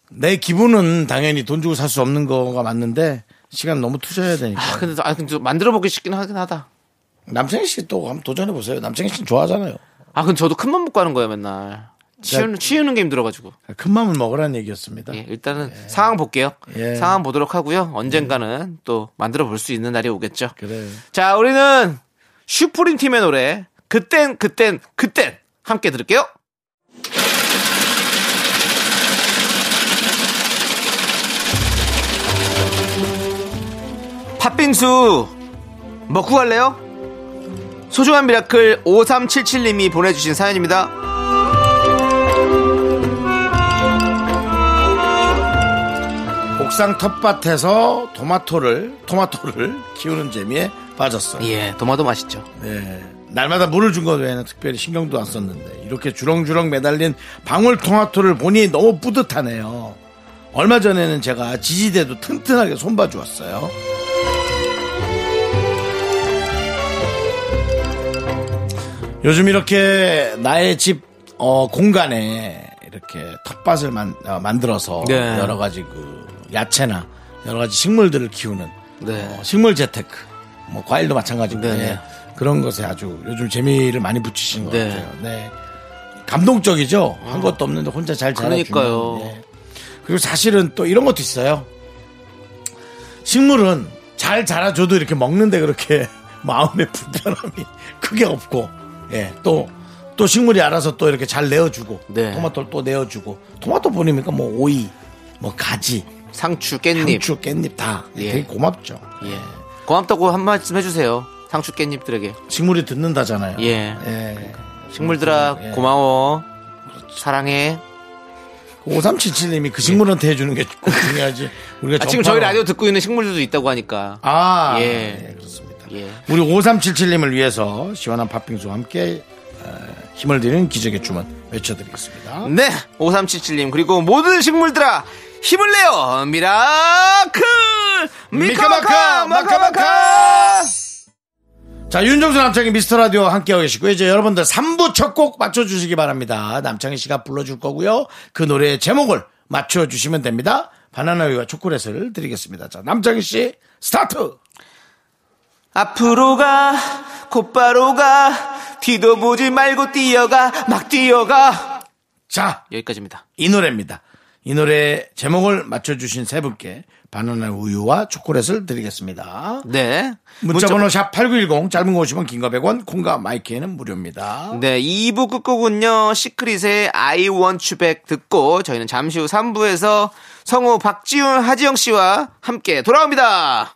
Speaker 1: 내 기분은 당연히 돈 주고 살 수 없는 거가 맞는데 시간 너무 투자해야 되니까.
Speaker 2: 아, 근데, 또- 아, 근데 좀 만들어 보기 쉽긴 하긴 하다.
Speaker 1: 남창희 씨 또 한번 도전해 보세요. 남창희 씨는 좋아하잖아요.
Speaker 2: 아, 근데 저도 큰맘 먹고 하는 거예요, 맨날. 치우는, 치우는 게 힘들어가지고.
Speaker 1: 큰 맘을 먹으라는 얘기였습니다.
Speaker 2: 예, 일단은 상황 볼게요.
Speaker 1: 예.
Speaker 2: 상황 보도록 하고요. 언젠가는 또 만들어 볼 수 있는 날이 오겠죠.
Speaker 1: 그래요.
Speaker 2: 자, 우리는 슈프림 팀의 노래 그땐 그땐 그땐 함께 들을게요. 팥빙수 먹고 갈래요? 소중한 미라클 5377님이 보내주신 사연입니다.
Speaker 1: 옥상 텃밭에서 토마토를 토마토를 키우는 재미에 빠졌어요.
Speaker 2: 예, 도마도 맛있죠.
Speaker 1: 예. 날마다 물을 준 것 외에는 특별히 신경도 안 썼는데 이렇게 주렁주렁 매달린 방울 토마토를 보니 너무 뿌듯하네요. 얼마 전에는 제가 지지대도 튼튼하게 손봐 주었어요. 요즘 이렇게 나의 집 어, 공간에 이렇게 텃밭을 만, 어, 만들어서
Speaker 2: 네.
Speaker 1: 여러 가지 그 야채나 여러 가지 식물들을 키우는
Speaker 2: 네.
Speaker 1: 어, 식물 재테크, 뭐 과일도 마찬가지고
Speaker 2: 네네.
Speaker 1: 예. 그런 것에 아주 요즘 재미를 많이 붙이신 것
Speaker 2: 네. 음.
Speaker 1: 같아요. 네. 감동적이죠. 한 것도 없는데 혼자 잘 자라주는.
Speaker 2: 그러니까요.
Speaker 1: 예. 그리고 사실은 또 이런 것도 있어요. 식물은 잘 자라줘도 이렇게 먹는데 그렇게 마음의 불편함이 크게 없고, 예, 또, 또 식물이 알아서 또 이렇게 잘 내어주고,
Speaker 2: 네.
Speaker 1: 토마토를 또 내어주고, 토마토 보니까 뭐 오이, 뭐 가지,
Speaker 2: 상추, 깻잎.
Speaker 1: 상추, 깻잎 다
Speaker 2: 예.
Speaker 1: 되게 고맙죠.
Speaker 2: 예. 고맙다고 한 말씀 해주세요. 상추 깻잎들에게.
Speaker 1: 식물이 듣는다잖아요.
Speaker 2: 예.
Speaker 1: 예.
Speaker 2: 식물들아,
Speaker 1: 예.
Speaker 2: 고마워. 그렇죠. 사랑해.
Speaker 1: 5377님이 그 식물한테 해주는 게 꼭 중요하지. 우리가
Speaker 2: 아, 지금
Speaker 1: 전파로-
Speaker 2: 저희 라디오 듣고 있는 식물들도 있다고 하니까.
Speaker 1: 아,
Speaker 2: 예.
Speaker 1: 예, 그렇습니다.
Speaker 2: 예.
Speaker 1: 우리 5377님을 위해서 시원한 팥빙수와 함께 어, 힘을 드리는 기적의 주문 외쳐드리겠습니다.
Speaker 2: 네! 5377님, 그리고 모든 식물들아, 힘을 내요! 미라클! 미카마카! 마카마카!
Speaker 1: 자, 윤정수 남창희 미스터 라디오 함께하고 계시고요. 이제 여러분들 3부 첫 곡 맞춰주시기 바랍니다. 남창희 씨가 불러줄 거고요. 그 노래의 제목을 맞춰주시면 됩니다. 바나나우유와 초콜릿을 드리겠습니다. 자, 남창희 씨, 스타트!
Speaker 2: 앞으로 가, 곧바로 가, 뒤도 보지 말고 뛰어가, 막 뛰어가!
Speaker 1: 자,
Speaker 2: 여기까지입니다.
Speaker 1: 이 노래입니다. 이 노래 제목을 맞춰주신 세 분께 바나나 우유와 초콜릿을 드리겠습니다.
Speaker 2: 네.
Speaker 1: 문자번호 샵8910 짧은 거 50원 긴거 100원 콩과 마이키에는 무료입니다.
Speaker 2: 네, 2부 끝곡은요, 시크릿의 I want you back 듣고, 저희는 잠시 후 3부에서 성우 박지훈, 하지영 씨와 함께 돌아옵니다!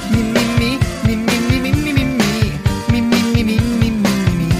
Speaker 4: 미미미 미미미 미미미 미미미 미미미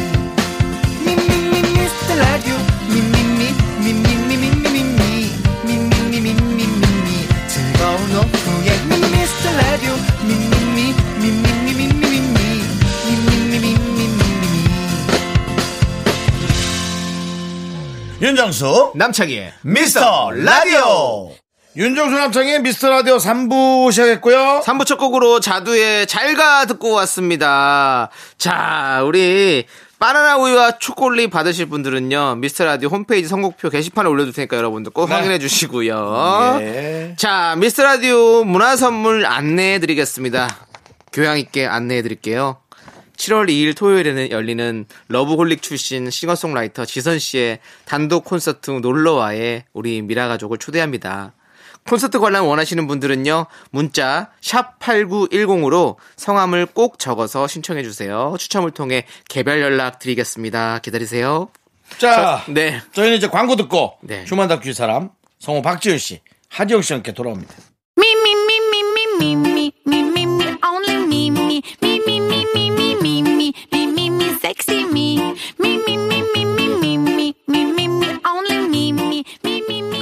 Speaker 1: 윤정수
Speaker 2: 남창희의
Speaker 1: 네. 미스터 라디오 윤정수 남창의 미스터 라디오 3부 시작했고요.
Speaker 2: 3부 첫 곡으로 자두의 잘가 듣고 왔습니다. 자, 우리 바나나 우유와 초콜릿 받으실 분들은요, 미스터 라디오 홈페이지 선곡표 게시판에 올려둘 테니까 여러분들 꼭 확인해 주시고요.
Speaker 1: 예.
Speaker 2: 어? 자, 미스터 라디오 문화 선물 안내해 드리겠습니다. 교양 있게 안내해 드릴게요. 7월 2일 토요일에는 열리는 러브홀릭 출신 싱어송라이터 지선 씨의 단독 콘서트 놀러와에 우리 미라 가족을 초대합니다. 콘서트 관람 원하시는 분들은요. 문자 샵 8910으로 성함을 꼭 적어서 신청해 주세요. 추첨을 통해 개별 연락 드리겠습니다. 기다리세요.
Speaker 1: 자,
Speaker 2: 저- 네.
Speaker 1: 저희는 이제 광고 듣고
Speaker 2: 네.
Speaker 1: 휴먼 다큐 이 사람 성우 박지윤 씨, 하지영 씨와 함께 돌아옵니다.
Speaker 3: Me, me, me, me, me, me, me, me, me, me, only me, me, me, me, me, me, me, me, me, me, me, me, sexy me. Me, me, me, me, me, me, me, me, me, me, only me, me, me, me, me, me.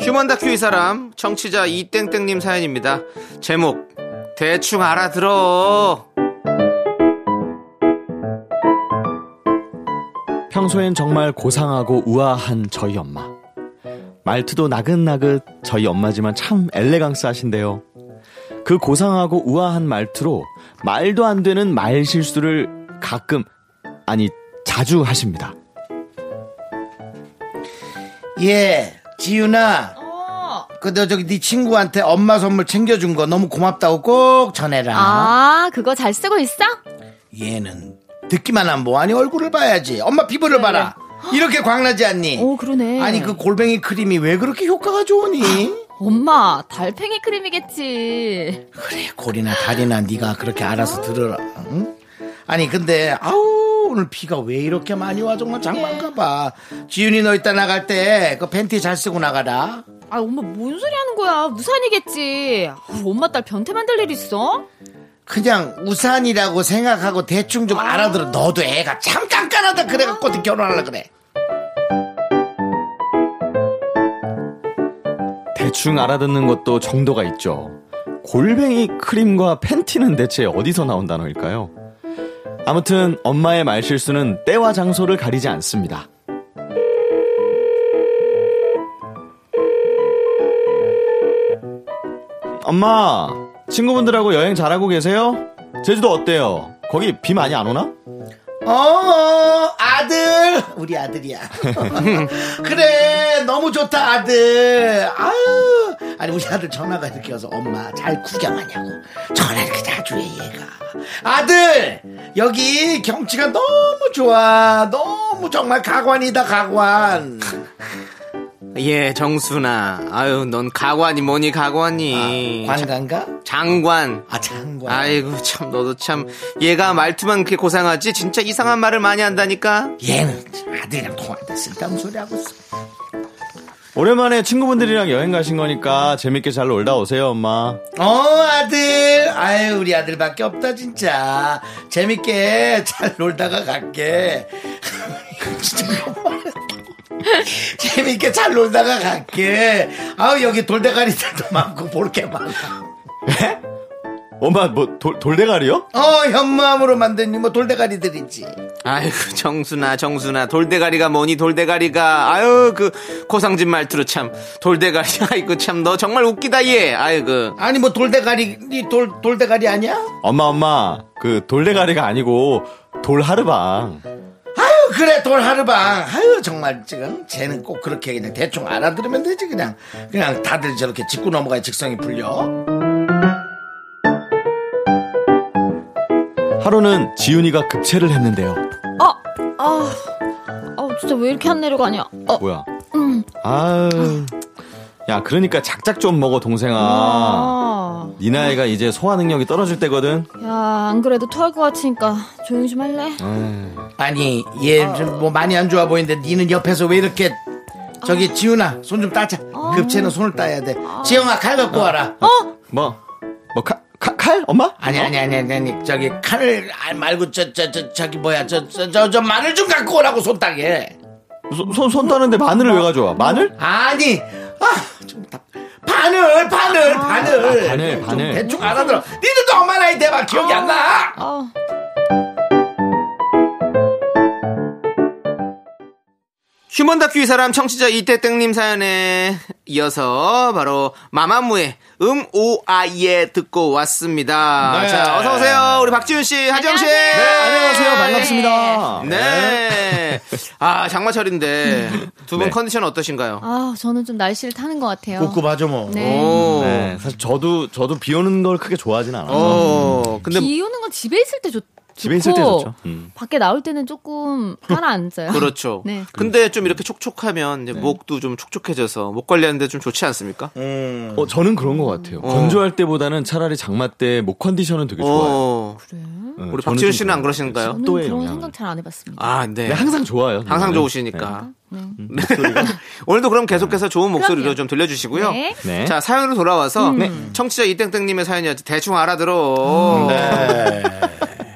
Speaker 2: 휴먼 다큐 이 사람 청취자 이땡땡님 사연입니다. 제목 대충 알아들어.
Speaker 5: 평소엔 정말 고상하고 우아한 저희 엄마. 말투도 나긋나긋 저희 엄마지만 참 엘레강스 하신데요. 그 고상하고 우아한 말투로 말도 안 되는 말 실수를 가끔, 아니, 자주 하십니다.
Speaker 1: 예 지윤아
Speaker 6: 어.
Speaker 1: 그너 저기 네 친구한테 엄마 선물 챙겨준 거 너무 고맙다고 꼭 전해라
Speaker 6: 아, 그거 잘 쓰고 있어?
Speaker 1: 얘는 듣기만 하면 뭐하니 얼굴을 봐야지 엄마 피부를 봐라 이렇게 광나지 않니
Speaker 6: 네. 오, 그러네.
Speaker 1: 아니 그 골뱅이 크림이 왜 그렇게 효과가 좋으니
Speaker 6: 엄마, 달팽이 크림이겠지.
Speaker 1: 그래 네, 골이나 다리나 네가 그렇게 알아서 들어라 응? 아니 근데 아우 오늘 비가 왜 이렇게 많이 와 정말 장난가봐 지윤이 너 이따 나갈 때 그 팬티 잘 쓰고 나가라
Speaker 6: 아, 엄마 뭔 소리 하는 거야? 무산이겠지. 아, 엄마 딸 변태 만들 일 있어?
Speaker 1: 그냥 우산이라고 생각하고 대충 좀 알아들어 너도 애가 참 깐깐하다 그래갖고 결혼하려 그래
Speaker 5: 대충 알아듣는 것도 정도가 있죠. 골뱅이 크림과 팬티는 대체 어디서 나온 단어일까요? 아무튼 엄마의 말실수는 때와 장소를 가리지 않습니다. 엄마, 친구분들하고 여행 잘하고 계세요? 제주도 어때요? 거기 비 많이 안 오나?
Speaker 1: 어 아들 우리 아들이야 그래 너무 좋다 아들 아유 아니 우리 아들 전화가 이렇게 와서 엄마 잘 구경하냐고 전화 이렇게 자주 해 얘가 아들 여기 경치가 너무 좋아 너무 정말 가관이다 가관
Speaker 2: 예, 정순아. 아유, 넌 가관이 뭐니 가관이.
Speaker 1: 아, 관광가
Speaker 2: 장관.
Speaker 1: 아 장관
Speaker 2: 음. 아이고 참 너도 참 얘가 말투만 그렇게 고상하지 진짜 이상한 말을 많이 한다니까
Speaker 1: 얘는 아들이랑 통화한다 쓸데없는 소리 하고 있어
Speaker 5: 오랜만에 친구분들이랑 여행 가신 거니까 재밌게 잘 놀다 오세요, 엄마.
Speaker 1: 어 아들 아유 우리 아들밖에 없다 진짜 재밌게 잘 놀다가 갈게 진짜 너무하다. 재밌게 잘 놀다가 갈게 아우 여기 돌대가리들도 많고 볼 게 많아
Speaker 5: 엄마 뭐 돌, 돌대가리요?
Speaker 1: 어 현무암으로 만든 뭐 돌대가리들이지
Speaker 2: 아이고 그 정순아 정순아 돌대가리가 뭐니 돌대가리가 아유 그 고상진 말투로 참 돌대가리 아이고 참 너 정말 웃기다 얘 그. 아이고
Speaker 1: 아니 뭐 돌대가리 이 돌 돌대가리 아니야
Speaker 5: 엄마 엄마 그 돌대가리가 아니고 돌하르방
Speaker 1: 아유 그래 돌하르방 아유 정말 지금 쟤는 꼭 그렇게 그냥 대충 알아들으면 되지 그냥 그냥 다들 저렇게 짚고 넘어가야 직성이 풀려
Speaker 5: 하루는 지훈이가 급체를 했는데요
Speaker 6: 어, 아, 아, 진짜 왜 이렇게 안 내려가냐? 어,
Speaker 5: 뭐야 아유 야 그러니까 작작 좀 먹어 동생아
Speaker 6: 아,
Speaker 5: 니 나이가 이제 소화 능력이 떨어질 때거든
Speaker 6: 야, 안 그래도 토할 것 같으니까 조용히 좀 할래?
Speaker 1: 아니 얘 뭐 많이 안 좋아 보이는데 니는 옆에서 왜 이렇게 저기 아. 지훈아 손 좀 따자 급체는 손을 따야 돼 지영아 어. 칼 갖고
Speaker 5: 어.
Speaker 1: 와라
Speaker 5: 뭐, 뭐뭐칼 칼? 엄마?
Speaker 1: 아니 아니 아니 아니, 아니 저기 칼을 아, 말고 저 저 저 저기 뭐야 저 저 저 저 마늘 좀 갖고 오라고 손 따게
Speaker 5: 손, 손, 손 따는데 마늘을 왜 가져와 마늘?
Speaker 1: 아니 아좀 바늘 바늘 바늘
Speaker 5: 아, 바늘,
Speaker 1: 좀
Speaker 5: 바늘.
Speaker 1: 대충 알아들어 니들도 엄마 나이 돼봐 기억이 안나
Speaker 6: 아,
Speaker 2: 휴먼 다큐 이 사람 청취자 이태땡님 사연에 이어서 바로 마마무의 음, 음오아예 듣고 왔습니다
Speaker 5: 네.
Speaker 2: 자 어서오세요 우리 박지훈씨 하정씨
Speaker 1: 네.
Speaker 5: 안녕하세요 반갑습니다
Speaker 2: 네. 아, 장마철인데 두 분
Speaker 5: 네.
Speaker 2: 컨디션 어떠신가요?
Speaker 6: 아, 저는 좀 날씨를 타는 것 같아요.
Speaker 1: 봐줘 뭐
Speaker 5: 어.
Speaker 6: 네.
Speaker 2: 오.
Speaker 5: 네, 사실 저도 저도 비 오는 걸 크게 좋아하진 않아요
Speaker 2: 오. 어. 근데
Speaker 6: 비 오는 건 집에 있을 때 좋,
Speaker 5: 집에 있을 때 좋죠. 음.
Speaker 6: 밖에 나올 때는 조금 가라앉아요.
Speaker 2: 그렇죠.
Speaker 6: 네.
Speaker 2: 근데 좀 이렇게 촉촉하면
Speaker 5: 네.
Speaker 2: 이제 목도 좀 촉촉해져서 목 관리하는데 좀 좋지 않습니까?
Speaker 5: 어, 저는 그런 것 같아요. 건조할 때보다는 차라리 장마 때 목 컨디션은 되게 좋아요.
Speaker 2: 어,
Speaker 5: 네,
Speaker 2: 우리
Speaker 5: 저는
Speaker 2: 박지윤
Speaker 5: 좀
Speaker 2: 씨는 안
Speaker 5: 그래요.
Speaker 2: 그러시는가요?
Speaker 6: 저는
Speaker 5: 아, 또의
Speaker 6: 그런
Speaker 5: 영향을.
Speaker 6: 생각 잘 안 해봤습니다.
Speaker 2: 아, 네.
Speaker 5: 네, 항상 좋아요.
Speaker 2: 항상
Speaker 5: 저는.
Speaker 2: 좋으시니까.
Speaker 6: 네.
Speaker 2: 오늘도 그럼 계속해서 좋은 목소리로
Speaker 6: 그럼요.
Speaker 2: 좀 들려주시고요.
Speaker 6: 네. 음.
Speaker 5: 네.
Speaker 2: 자, 사연으로 돌아와서 청취자 이땡땡님의 사연이었지 대충 알아들어.
Speaker 5: 네.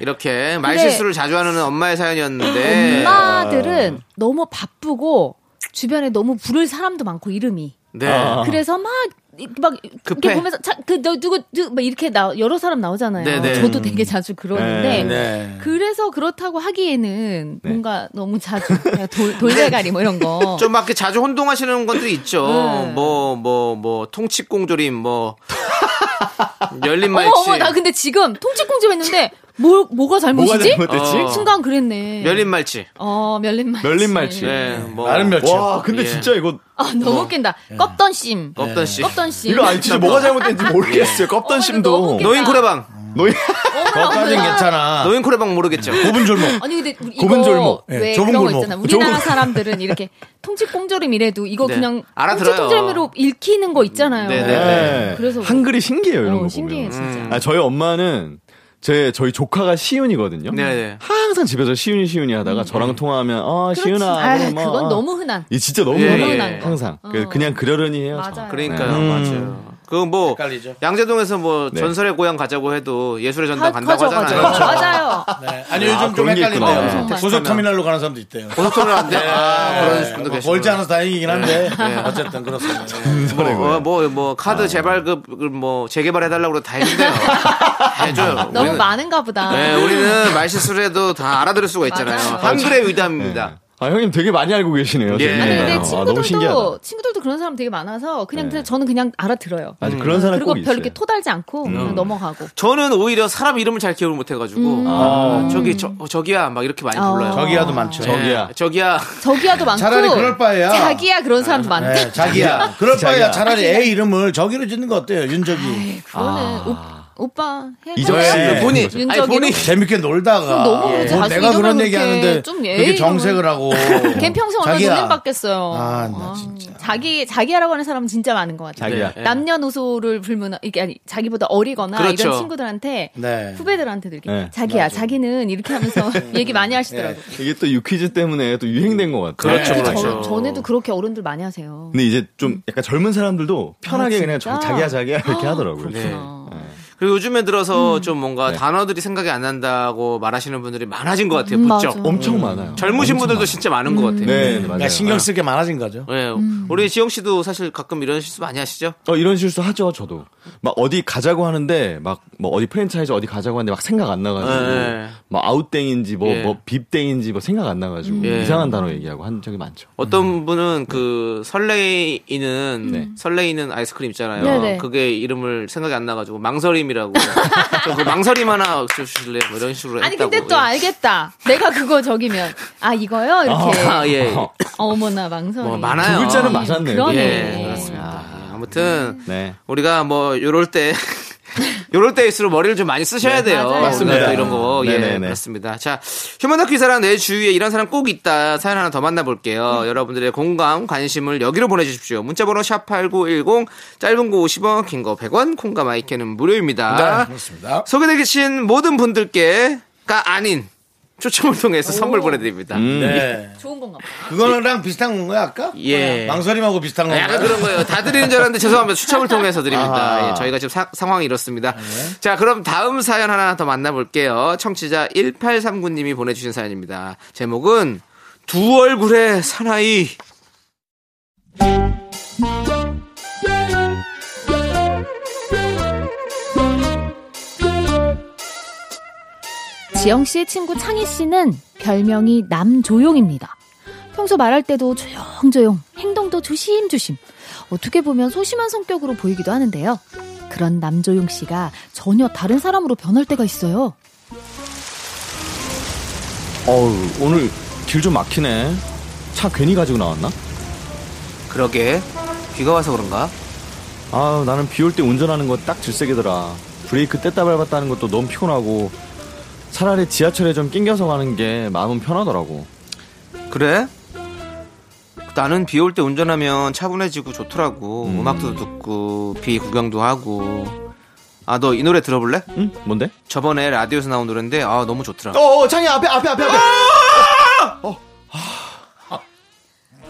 Speaker 2: 이렇게
Speaker 6: 음. 근데
Speaker 2: 말실수를 자주 하는 엄마의
Speaker 5: 네.
Speaker 2: 사연이었는데.
Speaker 6: 엄마들은
Speaker 5: 아.
Speaker 6: 너무 바쁘고 주변에 너무 부를 사람도 많고 이름이
Speaker 2: 네.
Speaker 5: 아. 어.
Speaker 6: 그래서 막. 이- 막
Speaker 2: 급해.
Speaker 6: 이렇게 보면서 그너 누구 누, 막 이렇게 나 여러 사람 나오잖아요.
Speaker 2: 네네.
Speaker 6: 저도 되게 자주
Speaker 5: 네, 네.
Speaker 6: 그러는데
Speaker 1: 네.
Speaker 6: 그래서 그렇다고 하기에는 뭔가 너무 자주 그냥 돌, 돌대가리 뭐 이런 거
Speaker 2: 어. 좀막 이렇게 자주 혼동하시는 것들이 있죠.
Speaker 6: 네.
Speaker 2: 뭐, 뭐, 뭐, 통치공조림, 뭐. 열린
Speaker 6: 어머
Speaker 2: 말치.
Speaker 6: 어머 나 근데 지금 통치공주 했는데 뭘 뭐가
Speaker 5: 뭐가
Speaker 6: 잘못이지?
Speaker 5: 잘못됐지?
Speaker 2: 어.
Speaker 6: 순간 그랬네.
Speaker 2: 열린 말치.
Speaker 6: 어 멸린 말치.
Speaker 5: 멸린 말치.
Speaker 2: 네, 뭐.
Speaker 1: 예. 나름 멸치.
Speaker 5: 와, 근데
Speaker 2: 예.
Speaker 5: 진짜 이거
Speaker 6: 아 너무 웃긴다. 껍던 심.
Speaker 2: 없던 씨.
Speaker 6: 껍던 심.
Speaker 5: 이거 아니 진짜 뭐가 잘못된지 모르겠어요.
Speaker 6: 어, 이거
Speaker 5: 껍던
Speaker 6: 너무
Speaker 5: 심도
Speaker 6: 웃기다.
Speaker 2: 노인 코레방.
Speaker 5: 노인 네.
Speaker 1: 거기까지는 괜찮아. 네.
Speaker 2: 노인 코레방 모르겠죠.
Speaker 1: 좁은 졸목.
Speaker 6: 아니 근데 우리
Speaker 1: 좁은
Speaker 6: 이거
Speaker 1: 골목. 예,
Speaker 6: 왜
Speaker 1: 좁은
Speaker 6: 그런 거
Speaker 1: 골목.
Speaker 6: 있잖아. 우리나라
Speaker 5: 좁은-
Speaker 6: 사람들은 이렇게 통치 꽁조림이래도 이거
Speaker 2: 네.
Speaker 6: 그냥
Speaker 2: 알아들어요.
Speaker 6: 통치 꽁조림으로 읽히는 거 있잖아요.
Speaker 2: 네, 네,
Speaker 5: 네.
Speaker 6: 그래서
Speaker 5: 한글이 신기해요 이런
Speaker 6: 어,
Speaker 5: 거 보면.
Speaker 6: 신기해 진짜.
Speaker 5: 아, 저희 엄마는 제 저희 조카가 시윤이거든요.
Speaker 2: 네네.
Speaker 5: 항상 집에서 시윤이 시윤이 하다가 저랑 통화하면 아
Speaker 6: 음. 그렇지.
Speaker 5: 시윤아
Speaker 6: 아,
Speaker 5: 오늘 뭐,
Speaker 6: 그건
Speaker 5: 아.
Speaker 6: 너무 흔한.
Speaker 5: 이 진짜 너무
Speaker 2: 예,
Speaker 5: 흔해요,
Speaker 2: 예.
Speaker 5: 항상
Speaker 6: 어.
Speaker 5: 그- 그냥 그러려니 해요. 저.
Speaker 6: 맞아요.
Speaker 2: 그러니까요,
Speaker 5: 네.
Speaker 2: 맞아요. 그 뭐
Speaker 1: 음. 헷갈리죠.
Speaker 2: 양재동에서 뭐
Speaker 5: 네.
Speaker 2: 전설의 고향 가자고 해도 예술의 전당
Speaker 6: 가-
Speaker 2: 간다고
Speaker 6: 가죠,
Speaker 2: 하잖아요. 그렇죠.
Speaker 6: 가죠. 맞아요.
Speaker 1: 네. 아니
Speaker 5: 아,
Speaker 1: 요즘 좀
Speaker 5: 그런 게 있구나.
Speaker 1: 헷갈린대요.
Speaker 6: 정말.
Speaker 1: 고속터미널로 가는 사람도 있대요.
Speaker 2: 고속도로 안 돼. 아, 그런 분도
Speaker 1: 네. 뭐
Speaker 2: 계시고.
Speaker 1: 멀지 않아서 다행이긴 한데 예. 어쨌든 그렇습니다.
Speaker 2: 뭐, 뭐, 뭐,
Speaker 1: 아.
Speaker 2: 카드 재발급을 뭐, 재개발해달라고 그래도 다 해준대요. 다 해줘요.
Speaker 6: 너무
Speaker 2: 우리는-
Speaker 6: 많은가 보다.
Speaker 2: 네, 우리는 말실수를 해도 다 알아들을 수가 있잖아요.
Speaker 6: 아. 맞아요.
Speaker 2: 한글의
Speaker 5: 네.
Speaker 2: 의담입니다.
Speaker 5: 아 형님 되게 많이 알고 계시네요.
Speaker 2: 예.
Speaker 5: 되게.
Speaker 2: 아니,
Speaker 6: 근데
Speaker 5: 아, 너무 신기하다.
Speaker 6: 친구들도 친구들도 그런 사람 되게 많아서 그냥
Speaker 5: 네.
Speaker 6: 저는 그냥 알아들어요.
Speaker 5: 아주 그런 사람
Speaker 6: 음, 그리고
Speaker 5: 꼭
Speaker 6: 별로
Speaker 5: 있어요. 음.
Speaker 6: 이렇게 토달지 않고 그냥 넘어가고.
Speaker 2: 저는 오히려 사람 이름을 잘 기억을 못해가지고, 아, 저기, 저, 어, 저기야, 막 이렇게 많이
Speaker 6: 음. 어.
Speaker 2: 불러요.
Speaker 1: 저기야도 많죠.
Speaker 2: 네,
Speaker 5: 저기야.
Speaker 2: 저기야.
Speaker 6: 저기야도 많고
Speaker 1: 차라리 그럴 바에야.
Speaker 6: 자기야 그런 사람도 많다.
Speaker 1: 네, 자기야. 그럴 바에야
Speaker 5: 자기야.
Speaker 1: 차라리 애 이름을 저기로 짓는 거 어때요? 윤적이.
Speaker 6: 그거는 오, 오빠 해.
Speaker 5: 아. 이정현
Speaker 6: 하자.
Speaker 1: 네.
Speaker 2: 본인,
Speaker 6: 윤정이로?
Speaker 2: 아니, 본인.
Speaker 1: 재밌게 놀다가
Speaker 6: 너무 자주
Speaker 1: 뭐 내가
Speaker 6: 이름을
Speaker 1: 그런 얘기
Speaker 6: 이렇게
Speaker 1: 하는데
Speaker 6: 좀
Speaker 1: 그렇게
Speaker 6: 예의로
Speaker 1: 정색을 하고
Speaker 6: 걘 평생 얼마나
Speaker 1: 자기야.
Speaker 6: 돈을 받겠어요.
Speaker 1: 아, 나 진짜.
Speaker 6: 자기 자기야라고 하는 사람은 진짜 많은 것 같아요.
Speaker 5: 자기야.
Speaker 2: 네.
Speaker 6: 남녀노소를 불문 이게 아니 자기보다 어리거나
Speaker 2: 그렇죠.
Speaker 6: 이런 친구들한테
Speaker 1: 네. 음,
Speaker 6: 후배들한테도 이렇게
Speaker 5: 네.
Speaker 6: 자기야 자기는 이렇게 하면서 얘기 많이 하시더라고요.
Speaker 5: 이게 또 유퀴즈 때문에 또 유행된 것 같아요.
Speaker 2: 그렇죠,
Speaker 1: 네.
Speaker 2: 그렇죠.
Speaker 6: 저, 전에도 그렇게 어른들 많이 하세요.
Speaker 5: 근데 이제 좀 약간 젊은 사람들도 편하게 그냥
Speaker 6: 아, 진짜? 아,
Speaker 5: 자기야 자기야 이렇게 하더라고요.
Speaker 2: 네.
Speaker 6: 어.
Speaker 2: 그리고 요즘에
Speaker 6: 음.
Speaker 2: 들어서 좀 뭔가
Speaker 5: 네.
Speaker 2: 단어들이 생각이 안 난다고 말하시는 분들이 많아진 것 같아요.
Speaker 6: 음,
Speaker 2: 부쩍.
Speaker 6: 맞아.
Speaker 5: 엄청
Speaker 6: 음.
Speaker 5: 많아요.
Speaker 2: 젊으신
Speaker 5: 엄청
Speaker 2: 분들도 진짜 많은 것 같아요.
Speaker 5: 많아요. 네, 네,
Speaker 1: 그러니까
Speaker 5: 맞아요.
Speaker 1: 신경 쓸 게 많아진 거죠.
Speaker 2: 예,
Speaker 6: 음.
Speaker 2: 우리 지영 씨도 사실 가끔 이런 실수 많이 하시죠?
Speaker 5: 어, 이런 실수 하죠, 저도. 막 어디 가자고 하는데, 막, 뭐 어디 프랜차이즈 어디 가자고 하는데 막 생각 안 나가지고,
Speaker 2: 네.
Speaker 5: 뭐 아웃땡인지 뭐,
Speaker 2: 예.
Speaker 5: 뭐 빕땡인지 뭐 생각 안 나가지고,
Speaker 2: 예.
Speaker 5: 이상한 단어 얘기하고 한 적이 많죠. 음.
Speaker 2: 어떤 분은 그
Speaker 5: 네.
Speaker 2: 설레이는 설레이는 아이스크림 있잖아요.
Speaker 6: 네, 네.
Speaker 2: 그게 이름을 생각이 안 나가지고 망설임이라고. 그래서 그 망설임 하나 주실래요? 뭐 이런 식으로
Speaker 6: 아니
Speaker 2: 했다고. 예.
Speaker 6: 근데 또 알겠다. 내가 그거 저기면 아 이거요 이렇게
Speaker 2: 아, 예. 예.
Speaker 6: 어머나 예. 망설이.
Speaker 2: 뭐 많아요.
Speaker 5: 두 글자는 맞았네요.
Speaker 6: 그러네.
Speaker 2: 예, 그렇습니다. 예,
Speaker 6: 음.
Speaker 2: 아무튼
Speaker 5: 네.
Speaker 2: 우리가 뭐 요럴 때 요럴 때일수록 머리를 좀 많이 쓰셔야 돼요.
Speaker 6: 맞아요.
Speaker 1: 맞습니다.
Speaker 2: 오늘도 이런 거. 예,
Speaker 5: 네네네.
Speaker 2: 그렇습니다. 자, 휴먼 다큐 사람 내 주위에 이런 사람 꼭 있다. 사연 하나 더 만나볼게요. 여러분들의 공감, 관심을 여기로 보내주십시오. 문자번호 샵8910, 짧은 거 50원, 긴 거 100원, 콩과 마이크는 무료입니다.
Speaker 1: 예, 그렇습니다.
Speaker 2: 소개되신 모든 분들께가 아닌 추첨을 통해서 선물 보내드립니다.
Speaker 1: 네.
Speaker 6: 좋은 건가 봐.
Speaker 1: 그거랑 비슷한 건가요, 아까?
Speaker 2: 예.
Speaker 1: 망설임하고 비슷한 건가요?
Speaker 2: 약간 그런 거예요. 다 드리는 줄 알았는데 죄송합니다. 추첨을 통해서 드립니다.
Speaker 5: 아.
Speaker 2: 예, 저희가 지금 사- 상황이 이렇습니다. 자, 그럼 다음 사연 하나 더 만나볼게요. 청취자 1839님이 보내주신 사연입니다. 제목은 두 얼굴의 사나이.
Speaker 6: 지영 씨의 친구 창희 씨는 별명이 남조용입니다. 평소 말할 때도 조용조용, 행동도 조심조심. 어떻게 보면 소심한 성격으로 보이기도 하는데요. 그런 남조용 씨가 전혀 다른 사람으로 변할 때가 있어요.
Speaker 5: 어우, 오늘 길 좀 막히네. 차 괜히 가지고 나왔나?
Speaker 2: 그러게. 비가 와서 그런가?
Speaker 5: 아 나는 비 올 때 운전하는 거 딱 질색이더라. 브레이크 뗐다 밟았다는 것도 너무 피곤하고, 차라리 지하철에 좀 낑겨서 가는 게 마음은 편하더라고.
Speaker 2: 그래? 나는 비 올 때 운전하면 차분해지고 좋더라고. 음. 악도 듣고 비 구경도 하고. 아 너 이 노래 들어볼래?
Speaker 5: 응? 뭔데?
Speaker 2: 저번에 라디오에서 나온 노래인데 아 너무 좋더라.
Speaker 5: 어, 창이 앞에 앞에 앞에 어. 앞에.
Speaker 1: 아!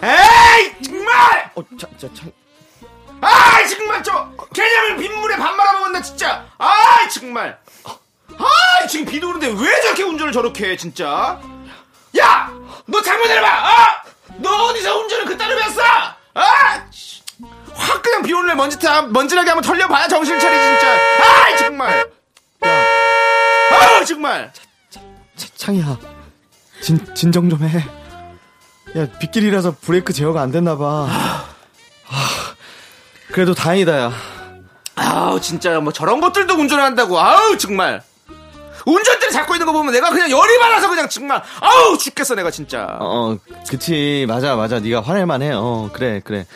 Speaker 1: 에이 정말
Speaker 5: 어, 자, 자, 창.
Speaker 1: 아 정말 저 개념을 빗물에 밥 말아먹었나 진짜
Speaker 2: 아 정말. 아 지금 비도 오는데 왜 저렇게 운전을 저렇게 해 진짜?
Speaker 1: 야 너 잘못해봐
Speaker 2: 어?
Speaker 1: 아! 너 어디서 운전을 그따로 했어 아! 씨.
Speaker 2: 어?
Speaker 1: 확 그냥 비오는 날 먼지 타 먼지나게 한번 털려봐야 정신 차리 진짜 아 정말
Speaker 2: 아 정말.
Speaker 5: 차, 창이야. 진 진정 좀 해. 야, 빗길이라서 브레이크 제어가 안 됐나 봐. 아, 그래도 다행이다 야.
Speaker 2: 아우 진짜 뭐 저런 것들도 운전을 한다고 아우 정말 운전대를 잡고 있는 거 보면 내가 그냥 열이 받아서 그냥 정말 아우 죽겠어 내가 진짜
Speaker 5: 어, 어, 그치 맞아 맞아 네가 화낼만 해. 어 그래 그래.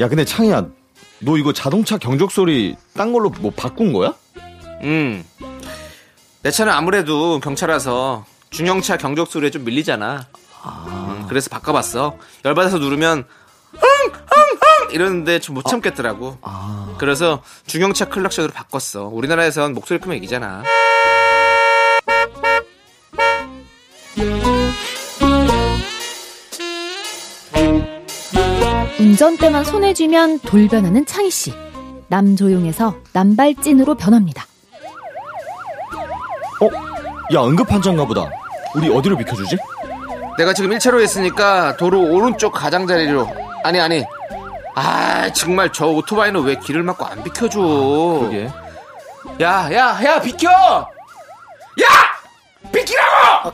Speaker 5: 야 근데 창이야, 너 이거 자동차 경적 소리 딴 걸로 뭐 바꾼 거야?
Speaker 2: 음내 차는 아무래도 경차라서 중형차 경적 소리에 좀 밀리잖아 음, 그래서 바꿔봤어 열받아서 누르면 흥흥흥 이러는데 좀
Speaker 5: 아.
Speaker 2: 못 참겠더라고 그래서 중형차 클락션으로 바꿨어 우리나라에선 목소리 크면 이기잖아
Speaker 6: 운전대만 손에 쥐면 돌변하는 창희 씨. 남조용에서 남발진으로 변합니다.
Speaker 5: 어? 야 응급환자인가 보다. 우리 어디로 비켜주지?
Speaker 2: 내가 지금 1차로에 있으니까 도로 오른쪽 가장자리로 아니 아니 아 정말 저 오토바이는 왜 길을 막고 안 비켜줘
Speaker 5: 아, 그게.
Speaker 2: 야야야 비켜 야 비키라고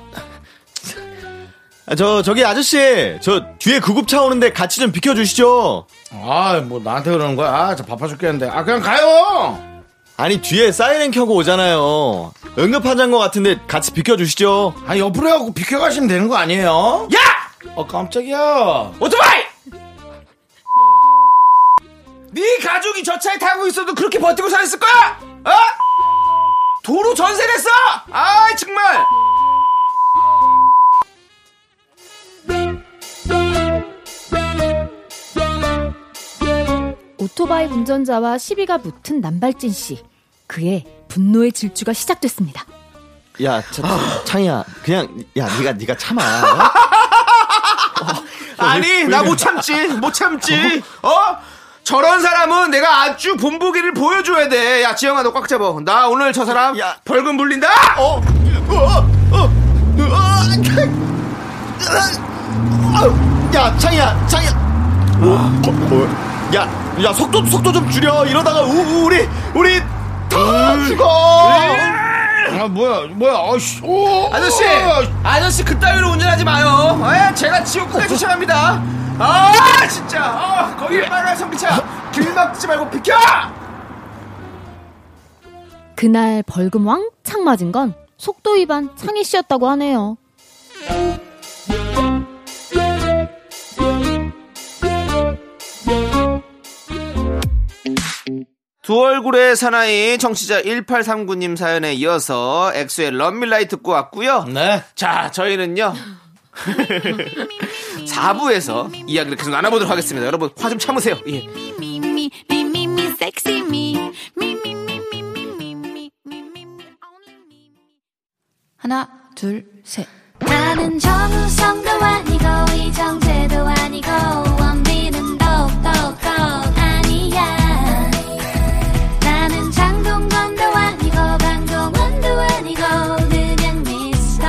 Speaker 5: 아, 저 저기 아저씨, 저 뒤에 구급차 오는데 같이 좀 비켜주시죠.
Speaker 1: 아 뭐 나한테 그러는 거야 아저 바빠 죽겠는데 아 그냥 가요
Speaker 5: 아니 뒤에 사이렌 켜고 오잖아요. 응급환자인 것 같은데 같이 비켜주시죠.
Speaker 1: 아 옆으로 해갖고 비켜가시면 되는 거 아니에요
Speaker 2: 야
Speaker 1: 어 깜짝이야
Speaker 2: 오토바이 네 가족이 저 차에 타고 있어도 그렇게 버티고 살았을 거야 어 도로 전세 냈어 아 정말
Speaker 6: 오토바이 운전자와 시비가 붙은 남발진 씨. 그의 분노의 질주가 시작됐습니다.
Speaker 5: 야 차, 창이야, 그냥 야 네가 네가 참아.
Speaker 2: 아니 나 못 참지 못 참지 어 저런 사람은 내가 아주 본보기를 보여줘야 돼야 지영아 너 꽉 잡아 나 오늘 저 사람
Speaker 5: 야.
Speaker 2: 벌금 물린다
Speaker 5: 어, 어, 어, 어, 야, 창이야, 창이야. 어, 어, 야, 야, 속도, 속도 좀 줄여. 이러다가 우, 우리, 우리 다 죽어.
Speaker 1: 아 뭐야 뭐야 아씨
Speaker 2: 아저씨 아저씨 그따위로 운전하지 마요 에, 제가 지옥 끝까지 쫓아갑니다 아 진짜 아, 거기 빨간 성비차 길 막지 말고 비켜
Speaker 6: 그날 벌금 왕창 맞은 건 속도 위반 창희 씨였다고 하네요.
Speaker 2: 두 얼굴의 사나이 청취자 1839님 사연에 이어서 엑소의 런밀라이 듣고 왔고요
Speaker 1: 네
Speaker 2: 자, 저희는요. 4부에서 이야기를 계속 나눠보도록 하겠습니다. 여러분, 화 좀 참으세요. 예.
Speaker 3: Me, me, me, me, me, sexy me. Me, me, me, me, me, me, me, me, me, me, only me.
Speaker 7: 하나, 둘, 셋.
Speaker 3: 나는 정우성도 아니고 이정재도 아니고 원빈은 더욱더 아니야 나는 장동건도 아니고 강동원도 아니고 그냥 미스터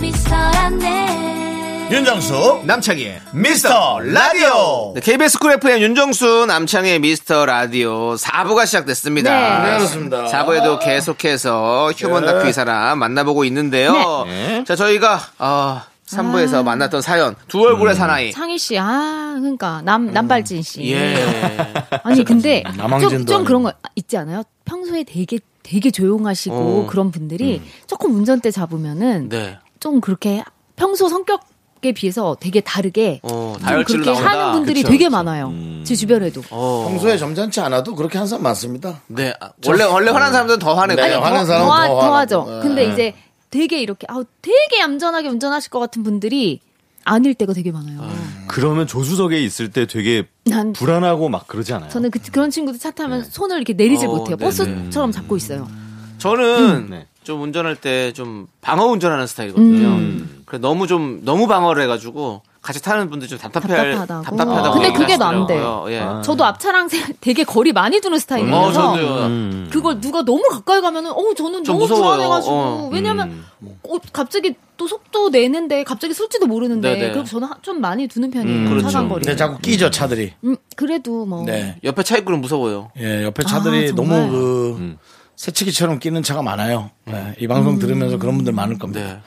Speaker 3: 미스터란데
Speaker 1: 예, 윤정수
Speaker 2: 남창희의
Speaker 1: 미스터 라디오
Speaker 2: 네, KBS 쿨 FM 윤정수 남창희의 미스터 라디오 4부가 시작됐습니다.
Speaker 6: 네. 네,
Speaker 1: 그렇습니다. 아. 예.
Speaker 2: 4부에도 계속해서 휴먼 다큐 이 사람 만나보고 있는데요.
Speaker 1: 네.
Speaker 2: 자, 저희가, 어, 3부에서
Speaker 6: 아.
Speaker 2: 만났던 사연, 두
Speaker 1: 음.
Speaker 2: 얼굴의 사나이.
Speaker 6: 창희 씨, 아, 그러니까 남 남발진 씨.
Speaker 2: 음. 예.
Speaker 6: 아니 근데
Speaker 1: 남항진도
Speaker 6: 좀, 좀
Speaker 1: 아니고.
Speaker 6: 그런 거 있지 않아요? 평소에 되게 되게 조용하시고
Speaker 2: 어.
Speaker 6: 그런 분들이 조금 운전대 잡으면은
Speaker 2: 네.
Speaker 6: 좀 그렇게 평소 성격에 비해서 되게 다르게
Speaker 2: 어,
Speaker 6: 좀
Speaker 2: 다혈질로
Speaker 6: 그렇게
Speaker 2: 나온다.
Speaker 6: 하는 분들이
Speaker 2: 그쵸,
Speaker 6: 되게
Speaker 2: 그쵸. 음.
Speaker 6: 많아요. 제 주변에도.
Speaker 2: 어.
Speaker 1: 평소에 점잖지 않아도 그렇게 한 사람 많습니다
Speaker 2: 네. 아, 원래, 원래 화난 사람들은 더 화내고.
Speaker 1: 네, 화난 사람은
Speaker 6: 하-
Speaker 1: 더
Speaker 6: 더 하죠.
Speaker 1: 화나고.
Speaker 6: 근데
Speaker 1: 네.
Speaker 6: 이제 되게 이렇게 아우 되게 얌전하게 운전하실 것 같은 분들이 아닐 때가 되게 많아요.
Speaker 5: 그러면 조수석에 있을 때 되게
Speaker 6: 난
Speaker 5: 불안하고 막 그러지 않아요?
Speaker 6: 저는 그, 런 친구들 차 타면 손을 이렇게 내리질
Speaker 2: 어,
Speaker 6: 못해요.
Speaker 2: 네네.
Speaker 6: 버스처럼 잡고 있어요.
Speaker 1: 음,
Speaker 2: 저는
Speaker 5: 네.
Speaker 2: 좀 운전할 때 좀 방어 운전하는 스타일이거든요.
Speaker 6: 음.
Speaker 2: 그래 너무 좀 너무 방어를 해가지고 같이 타는 분들 좀 답답해할
Speaker 6: 답답하다고.
Speaker 2: 답답하다고.
Speaker 6: 근데
Speaker 2: 얘기를
Speaker 6: 그게 나안
Speaker 2: 하시더라고요. 예.
Speaker 5: 아.
Speaker 6: 저도 앞차랑 세- 되게 거리 많이 두는
Speaker 2: 어,
Speaker 6: 스타일이라서
Speaker 2: 저도요.
Speaker 5: 음.
Speaker 6: 그걸 누가 너무 가까이 가면은 어 저는
Speaker 2: 좀
Speaker 6: 너무
Speaker 2: 무서워요.
Speaker 6: 불안해가지고
Speaker 2: 어.
Speaker 6: 왜냐면 어, 갑자기 또 속도 내는데 갑자기 쏠지도 모르는데
Speaker 2: 네네.
Speaker 6: 그래서 저는 하- 좀 많이 두는 편이에요.
Speaker 2: 그렇죠.
Speaker 6: 차간거리.
Speaker 1: 음,
Speaker 5: 네,
Speaker 1: 근데 자꾸 끼죠 차들이.
Speaker 6: 음, 그래도 뭐
Speaker 1: 네.
Speaker 2: 옆에 차 있고는 무서워요.
Speaker 1: 예, 옆에
Speaker 6: 아,
Speaker 1: 차들이
Speaker 6: 정말.
Speaker 1: 너무 그
Speaker 2: 음.
Speaker 1: 새치기처럼 끼는 차가 많아요. 네, 이 방송 들으면서 그런 분들 많을 겁니다.
Speaker 2: 네.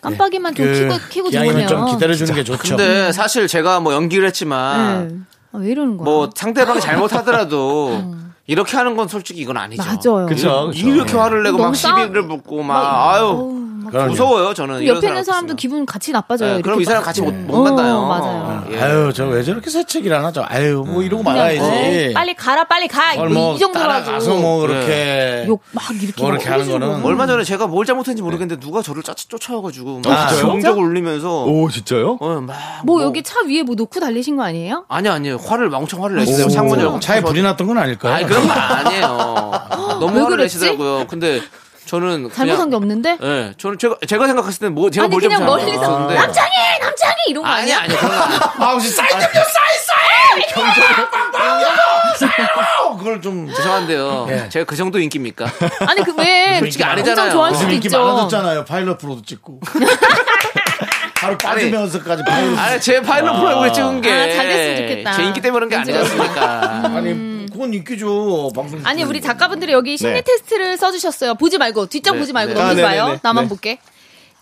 Speaker 6: 깜빡이만 좀
Speaker 1: 그
Speaker 6: 켜고 켜고
Speaker 1: 기왕이면
Speaker 6: 좋으면
Speaker 1: 좀 기다려주는 게 좋죠.
Speaker 2: 근데 사실 제가 뭐 연기를 했지만
Speaker 6: 네. 아, 왜 이러는 거야?
Speaker 2: 뭐 상대방이 잘못하더라도 이렇게 하는 건 솔직히 이건 아니죠.
Speaker 6: 음. 맞아요.
Speaker 5: 그쵸, 그쵸.
Speaker 2: 이렇게 화를 내고 막
Speaker 6: 너무 싸-
Speaker 2: 시비를 붙고 막 아유
Speaker 1: 네. 그럼요.
Speaker 2: 무서워요 저는. 이런
Speaker 6: 옆에
Speaker 2: 사람
Speaker 6: 있는 사람도
Speaker 2: 있으면.
Speaker 6: 기분 같이 나빠져요.
Speaker 2: 네,
Speaker 6: 이렇게
Speaker 2: 그럼 이 사람
Speaker 6: 막-
Speaker 2: 같이 못, 못
Speaker 6: 어,
Speaker 2: 만나요.
Speaker 6: 맞아요.
Speaker 2: 예.
Speaker 1: 아유, 저 왜 저렇게 새치기를 하나 죠 아유, 뭐 이러고
Speaker 6: 그냥
Speaker 1: 말아야지.
Speaker 6: 에이, 빨리 가라, 빨리 가.
Speaker 1: 그걸
Speaker 6: 뭐
Speaker 1: 뭐
Speaker 6: 이 정도로
Speaker 1: 따라가서
Speaker 6: 하고
Speaker 1: 뭐
Speaker 2: 네.
Speaker 1: 이렇게
Speaker 6: 욕막 이렇게
Speaker 1: 뭐 이렇게
Speaker 6: 막
Speaker 1: 하는 거는
Speaker 6: 해주고.
Speaker 2: 얼마 전에 제가 뭘 잘못했는지 모르겠는데 누가 저를 쫓, 쫓아와가지고
Speaker 1: 아,
Speaker 2: 막
Speaker 1: 진짜요?
Speaker 2: 경적 울리면서
Speaker 5: 오 진짜요?
Speaker 2: 어, 막
Speaker 6: 뭐 여기 차 위에 뭐 놓고 달리신 거 아니에요?
Speaker 2: 아니 아니 화를 막 엄청 화를
Speaker 1: 오,
Speaker 2: 내시더라고 창문 열고
Speaker 1: 차에 불이 났던 건 아닐까요?
Speaker 2: 뭐 아니 그런 거 아니에요.
Speaker 6: 왜
Speaker 2: 너무 화를
Speaker 6: 그랬지?
Speaker 2: 내시더라고요. 근데 저는
Speaker 6: 잘못한 게 없는데?
Speaker 2: 예, 저는 제가 제가 생각했을 때는 뭐 제가
Speaker 6: 아니
Speaker 2: 뭘
Speaker 6: 그냥
Speaker 2: 잘못한
Speaker 6: 멀리서
Speaker 2: 건데.
Speaker 6: 남창이 남창이 이런 거
Speaker 2: 아니
Speaker 6: 아니야?
Speaker 2: 아니 그런 거 아니에요.
Speaker 1: 아, 혹시 사이즈 좀좀 사이
Speaker 2: 아,
Speaker 1: 사이. 그걸
Speaker 6: 어,
Speaker 1: 좀
Speaker 2: 죄송한데요.
Speaker 1: 예.
Speaker 2: 제가 그 정도 인기입니까?
Speaker 6: 아니 그왜
Speaker 2: 솔직히 아니잖아요.
Speaker 6: 엄청 좋아할 수도
Speaker 1: 요즘 인기
Speaker 6: 있죠.
Speaker 1: 많아졌잖아요. 파일럿 프로도 찍고. 바로 빠지면서까지 파일럿.
Speaker 2: 아니 제 파일럿 프로그램 찍은 게
Speaker 6: 아, 잘 됐으면 좋겠다.
Speaker 2: 제 인기 때문에 그런 게 그러니까.
Speaker 6: 인정.
Speaker 2: 아니었습니까?
Speaker 1: 아니, 그건 인기죠. 방송.
Speaker 6: 음. 아니 우리 작가분들이 여기 심리
Speaker 5: 네.
Speaker 6: 테스트를 써주셨어요. 보지 말고 뒷장
Speaker 2: 네,
Speaker 6: 보지 말고
Speaker 2: 네.
Speaker 6: 넘지
Speaker 5: 아,
Speaker 6: 마요.
Speaker 5: 네네네.
Speaker 6: 나만
Speaker 5: 네.
Speaker 6: 볼게.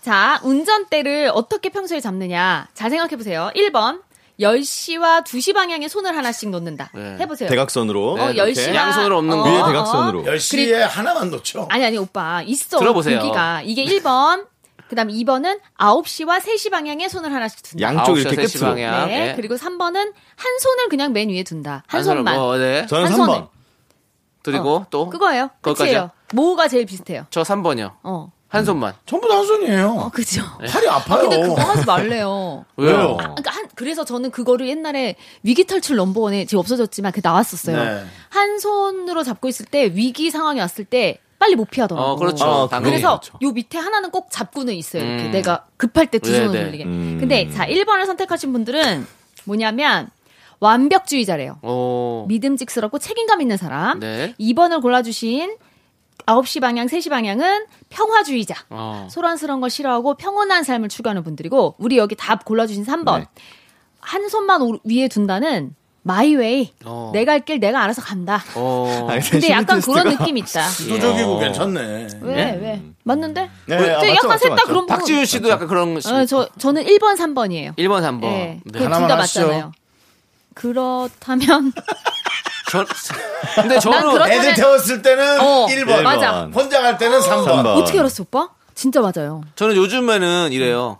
Speaker 6: 자 운전대를 어떻게 평소에 잡느냐 잘 생각해 보세요. 1번 10시와 2시 방향에 손을 하나씩 놓는다.
Speaker 2: 네.
Speaker 6: 해보세요.
Speaker 5: 대각선으로
Speaker 6: 어,
Speaker 2: 네,
Speaker 5: 이렇게.
Speaker 6: 10시와
Speaker 2: 양손으로 없는 거.
Speaker 5: 위에
Speaker 2: 어,
Speaker 5: 대각선으로
Speaker 1: 10시에 하나만 놓죠.
Speaker 6: 아니 아니 오빠 있어
Speaker 2: 들어보세요.
Speaker 6: 공기가 이게 1번 그다음 2번은 9시와 3시 방향에 손을 하나씩 둔다.
Speaker 5: 양쪽 이렇게
Speaker 2: 아홉 시, 세시
Speaker 5: 끝으로
Speaker 2: 방향.
Speaker 6: 네.
Speaker 2: 예.
Speaker 6: 그리고 3번은 한 손을 그냥 맨 위에 둔다. 한,
Speaker 2: 안
Speaker 6: 손만.
Speaker 2: 서러워. 네.
Speaker 5: 저는
Speaker 6: 한
Speaker 5: 3번
Speaker 6: 손에.
Speaker 2: 그리고 또
Speaker 6: 그거예요.
Speaker 2: 거기까지요?
Speaker 6: 끝이에요. 모호가 제일 비슷해요.
Speaker 2: 저 3번이요.
Speaker 6: 어.
Speaker 2: 한 손만.
Speaker 1: 전부 다 한 손이에요.
Speaker 6: 어, 그죠.
Speaker 1: 팔이 아파요. 예.
Speaker 6: 근데 그거 하지
Speaker 2: 어.
Speaker 6: 말래요.
Speaker 2: 왜요?
Speaker 6: 아, 그러니까 한, 그래서 저는 그거를 옛날에 위기탈출 넘버원에 지금 없어졌지만 그 나왔었어요.
Speaker 1: 네.
Speaker 6: 한 손으로 잡고 있을 때 위기 상황이 왔을 때 빨리 못 피하더라고요.
Speaker 2: 어, 그렇죠.
Speaker 5: 어,
Speaker 2: 당연히.
Speaker 6: 그래서
Speaker 5: 그렇죠.
Speaker 6: 요 밑에 하나는 꼭 잡고는 있어요. 이렇게
Speaker 2: 음.
Speaker 6: 내가 급할 때 두
Speaker 2: 네,
Speaker 6: 손을
Speaker 2: 네.
Speaker 6: 돌리게.
Speaker 5: 음.
Speaker 6: 근데 자, 1번을 선택하신 분들은 뭐냐면 완벽주의자래요.
Speaker 2: 오.
Speaker 6: 믿음직스럽고 책임감 있는 사람.
Speaker 2: 네.
Speaker 6: 2번을 골라주신 9시 방향, 3시 방향은 평화주의자.
Speaker 2: 어.
Speaker 6: 소란스러운 걸 싫어하고 평온한 삶을 추구하는 분들이고 우리 여기 답 골라주신 3번
Speaker 5: 네.
Speaker 6: 한 손만 오- 위에 둔다는 마이웨이
Speaker 2: 어.
Speaker 6: 내가 할 길 내가 알아서 간다
Speaker 2: 어.
Speaker 5: 아니,
Speaker 6: 근데 약간
Speaker 5: 테스트가-
Speaker 6: 그런 느낌 있다
Speaker 1: 주도적이고 괜찮네.
Speaker 6: 왜 왜
Speaker 2: 음.
Speaker 6: 맞는데 어,
Speaker 5: 네,
Speaker 6: 저
Speaker 5: 아, 맞죠,
Speaker 6: 약간
Speaker 5: 맞죠,
Speaker 6: 셋 다
Speaker 5: 맞죠.
Speaker 6: 그런
Speaker 2: 박지윤 씨도 약간 그런 식.
Speaker 6: 어, 저 저는 1번 3번이에요
Speaker 2: 1번, 3번.
Speaker 6: 예
Speaker 2: 네.
Speaker 6: 그 둘
Speaker 1: 하나만
Speaker 6: 다
Speaker 1: 하시죠.
Speaker 6: 맞잖아요 그렇다면
Speaker 2: 저, 근데
Speaker 6: 난
Speaker 2: 저는
Speaker 6: 그렇-
Speaker 1: 애들
Speaker 6: 저는-
Speaker 1: 태웠을 때는
Speaker 6: 어.
Speaker 1: 1번.
Speaker 6: 맞아.
Speaker 1: 혼자 갈 때는 3번.
Speaker 5: 삼번.
Speaker 6: 어떻게 알았어 오빠 진짜 맞아요
Speaker 2: 저는 요즘에는 이래요.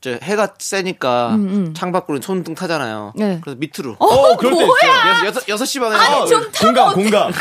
Speaker 2: 이제 해가 세니까
Speaker 6: 음.
Speaker 2: 창 밖으로 손등 타잖아요.
Speaker 6: 네.
Speaker 2: 그래서 밑으로. 네,
Speaker 6: 어,
Speaker 5: 그럴 때 어,
Speaker 6: 뭐야
Speaker 2: 여섯 여섯 여섯 시 방에 어,
Speaker 6: 아니, 좀 타면
Speaker 5: 공감 공감